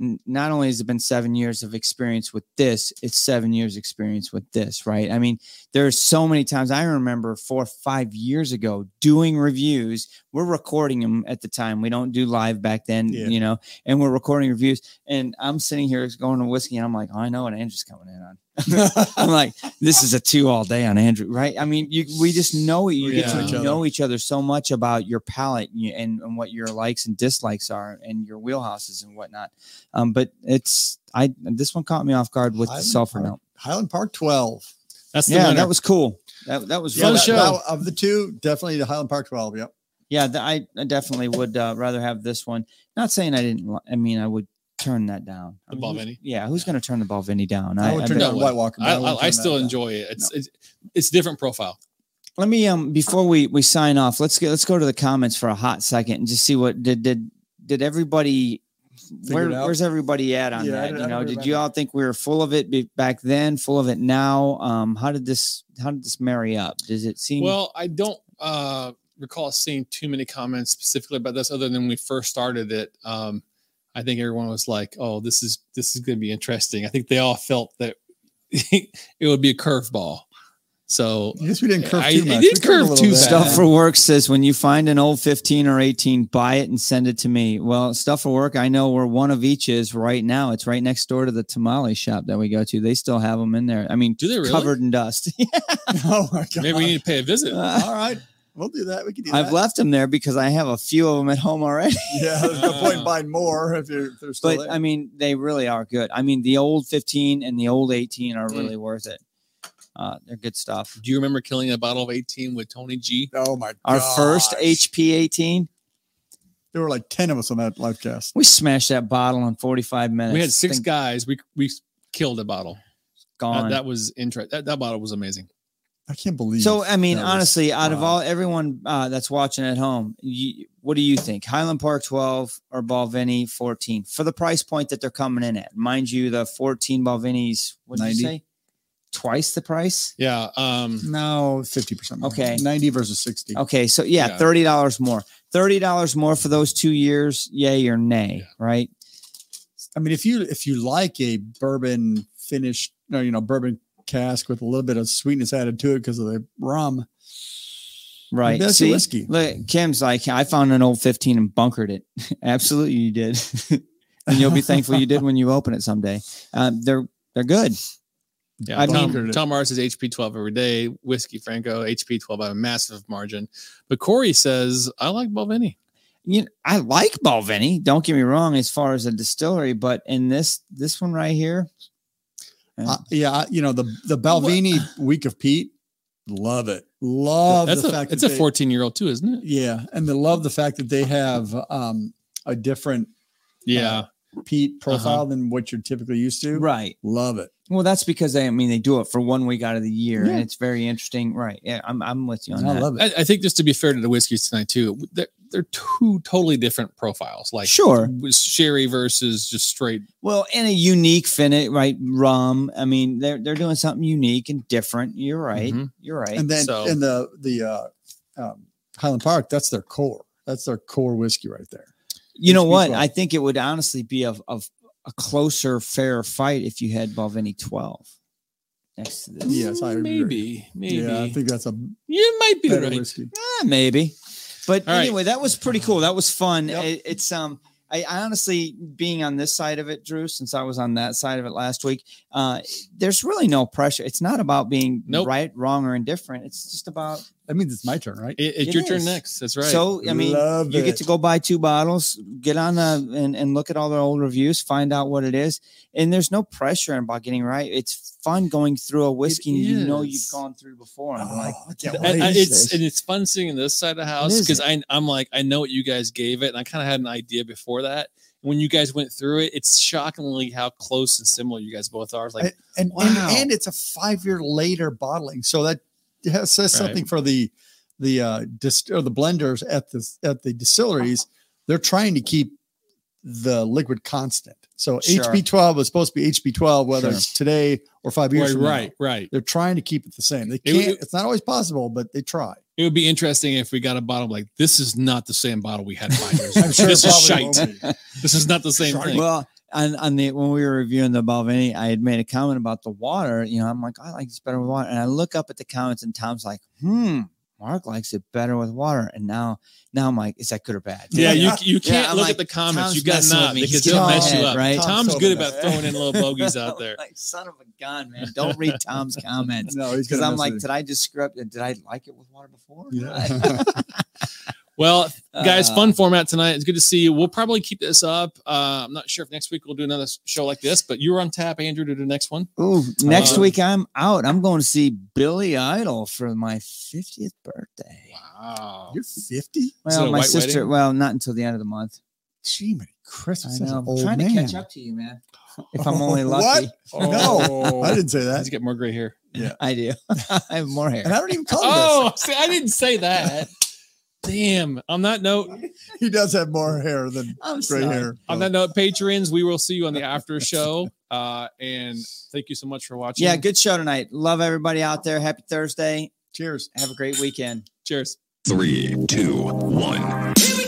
B: n- not only has it been seven years of experience with this it's seven years experience with this right i mean there's so many times i remember four five years ago doing reviews we're recording them at the time we don't do live back then
C: Yeah.
B: you know and we're recording reviews and i'm sitting here going to whiskey and i'm like "Oh, i know what andrew's coming in on I'm like, this is a two all day on Andrew, right? I mean, you we just know it. You
A: Yeah.
B: get
C: Each
B: to
C: other.
B: know each other so much about your palate and, and, and what your likes and dislikes are and your wheelhouses and whatnot. Um, but it's I this one caught me off guard with the
C: Highland
B: sulfur
C: Park.
B: note.
C: Highland Park 12.
A: That's the
B: Yeah,
A: winner.
B: that was cool. That that was
A: Yeah,
B: really
A: that- show.
C: now, of the two, definitely the Highland Park 12. Yep.
B: yeah. th- I I definitely would uh, rather have this one. Not saying I didn't. li- I mean, I would turn that down.
A: The
B: I mean,
A: Balvenie?
B: who's- Yeah, who's going to turn the Balvenie down?
C: I, would turn
B: bet-
C: down White Walker. but
A: I,
C: wouldn't
A: I, I
C: turn
A: still
C: that down.
A: enjoy it. It's, it's it's different profile.
B: let me um before we we sign off let's get let's go to the comments for a hot second and just see what did did did everybody where,
C: it out?
B: where's everybody at on
C: Yeah, I
B: that
C: don't-
B: you
C: I
B: know
C: don't
B: did you
C: remember.
B: all think we were full of it be- back then full of it now um how did this how did this marry up does it seem
A: Well, I don't uh, recall seeing too many comments specifically about this, other than when we first started it. Um, I think everyone was like, "Oh, this is this is going to be interesting." I think they all felt that it would be a curveball. So
C: I guess we didn't curve
A: I-
C: too
A: I
C: much.
A: did
C: We curved a
A: curve
C: little
A: too
C: bit.
B: Stuff for Work says when you find an old 15 or 18, buy it and send it to me. Well, Stuff for Work, I know where one of each is right now. It's right next door to the tamale shop that we go to. They still have them in there. I mean,
A: Do they really?
B: covered Uh, in dust.
C: Oh, my God.
A: maybe we need to pay a visit.
C: All right. We'll do that. We can do
B: I've
C: that.
B: left them there because I have a few of them at home already.
C: Yeah, there's no point
A: Uh.
C: in buying more if, you're, if they're still
B: But
C: there.
B: I
A: Mm.
B: mean, they really are good. I mean, the old 15 and the old 18 are really worth it. Uh, they're good stuff.
A: Do you remember killing a bottle of 18 with Tony G?
C: Oh my!
B: Our first
C: gosh.
B: HP 18,
C: There were like ten of us on that live cast.
B: we smashed that bottle in 45 minutes.
A: We had six
B: Think
A: guys. We we killed a bottle. That,
B: gone.
A: that was interesting. That, that bottle was amazing.
C: I can't believe.
B: so I mean,
C: that was-
B: honestly, out of
C: wow.
B: all everyone uh, that's watching at home, you, what do you think? Highland Park 12 or Balvenie 14 for the price point that they're coming in at? Mind you, the 14 Balvenies, what did
C: 90?
B: you say? Twice the price.
A: Yeah. Um,
C: no, fifty percent.
B: Okay. Oh.
C: ninety versus sixty.
B: Okay, so yeah,
A: Yeah.
B: thirty dollars more. Thirty dollars more for those two years, yay or nay,
A: Yeah.
B: right?
C: I mean, if you if you like a bourbon finished, no, you know, bourbon cask with a little bit of sweetness added to it because of the rum,
B: Right.
C: that's
B: See,
C: your whiskey.
B: look, Kim's like, I found an old fifteen and bunkered it. Absolutely, you did, and you'll be thankful you did when you open it someday. Um, they're they're good.
A: yeah.
B: I
A: Tom,
C: Mm, mean-
A: Tom Mars is HP 12 every day. Whiskey Franco, HP 12 by a massive margin. But Corey says, I like Balvenie.
B: You, know, I like Balvenie. Don't get me wrong, as far as a distillery, but in this this one right here,
C: Uh, yeah, I- you know the the Balvini Week of Pete. Love it. Love
A: That's
C: the
A: a,
C: fact
A: it's a
C: that they-
A: 14 year old too, isn't it?
C: Yeah, and they love the fact that they have um, a different
A: Yeah.
C: Pete profile than what you're typically used to.
B: Uh-huh. right?
C: Love it.
B: Well, that's because they, I mean, they do it for one week out of the year,
C: Yeah.
B: and it's very interesting, right? Yeah, I'm I'm with you on
C: I
B: that.
C: love it.
A: I, I think just to be fair to the whiskeys tonight too, they're, they're two totally different profiles. Like
B: sure.
A: with sherry versus just straight.
B: Well, and a unique finish, right? Rum. I mean, they're they're doing something unique and different. You're right.
A: Mhm.
B: You're right.
C: and then
A: so-
C: in the the uh, um, Highland Park, that's their core. That's their core whiskey right there.
B: you know
C: HP
B: what?
C: 12.
B: I think it would honestly be of of a closer, fairer fight if you had Balvenie 12 next to this.
C: Yes, I agree.
A: maybe, maybe.
C: Yeah, I think that's a
A: you might be
C: better
A: right.
C: whiskey.
B: Ah, maybe. But
A: All right.
B: anyway, that was pretty cool. That was fun.
C: Yep.
B: It- it's um, I, I honestly being on this side of it, Drew, since I was on that side of it last week, uh, there's really no pressure. It's not about being
A: Nope.
B: right, wrong, or indifferent. It's just about
C: That means it's my turn, right?
A: It, it's
B: It
A: your turn
B: is.
A: next. That's right.
B: so. I mean,
C: Love
B: you get
C: it.
B: to go buy two bottles, get on the and, and look at all the old reviews, find out what it is. And there's no pressure about getting right. It's fun going through a whiskey you know
A: is.
B: you've gone through before. And I'm like,
C: Oh, I can't
A: I- I-
C: wait.
A: it's and it's fun sitting in this side of the house
B: is
A: because I I'm like I know what you guys gave it and I kind of had an idea before that. When you guys went through it, it's shockingly how close and similar you guys both are. It's like,
C: and,
A: Wow.
C: and and it's a five year later bottling, so that has, says
A: Right.
C: something for the the uh dist- or the blenders at the at the distilleries. They're trying to keep the liquid constant. So
B: Sure.
C: HB twelve was supposed to be HB twelve, whether
B: Sure.
C: it's today or five years
A: right,
C: from now.
A: right, right.
C: They're trying to keep it the same. They
A: It would-
C: can't. it's not always possible, but they try.
A: It would be interesting if we got a bottle like this is not the same bottle we had five years ago.
C: I'm sure
A: this
C: it
A: is
C: probably
A: shite.
C: won't be.
A: This is not the same
C: Sure.
A: thing.
B: Well, on, on the when we were reviewing the Balvenie, I had made a comment about the water. You know, I'm like, I like this better with water. And I look up at the comments, and Tom's like, hmm, Mark likes it better with water. And now, now I'm like, is that good or bad?
A: yeah, you you
B: Yeah,
A: can't
B: I'm
A: look
B: like,
A: at the comments.
B: Tom's
A: you got
B: messing with
A: not
B: me.
A: because
B: He's
A: they'll
B: getting
A: mess
B: my
A: you
B: head,
A: up.
B: right?
A: Tom's,
C: Tom's
A: good
C: so
A: about
C: bad.
A: throwing in little bogeys out there.
B: like, son of a gun, man. Don't read Tom's comments.
C: No, he's
B: Because
C: gonna
B: I'm
C: mess
B: like,
C: with
B: did I just screw up? Did I like it with water before?
C: you. yeah.
A: Well, guys
B: Uh,
A: fun format tonight it's good to see you we'll probably keep this up uh, i'm not sure if next week we'll do another s- show like this but you're on tap andrew to do the next one
B: Ooh, next
A: Um,
B: week I'm out. I'm going to see Billy Idol for my 50th birthday.
A: wow
C: You're 50.
A: Is it
B: Well,
A: a
B: my
A: white
B: sister.
A: wedding?
B: Well, not until the end of the month.
C: Gee, my Christmas.
B: I
C: that's an
B: know. I'm
C: old
B: trying to
C: man.
B: catch up to you, man. If I'm only
C: What?
B: lucky,
C: No, I didn't say
A: let's
C: that.
A: Oh. get more gray hair
B: I do. I have more
C: And
B: hair.
C: I don't even call him
A: oh see, i didn't say that damn on that note
C: this. He does have more hair than
B: I'm
C: gray
B: sorry.
C: hair.
A: on that note patrons we will see you on the after show uh, and thank you so much for watching
B: Yeah, good show tonight. Love everybody out there. Happy Thursday.
C: Cheers.
B: Have a great weekend.
A: cheers
D: Three, two, one.
E: Here we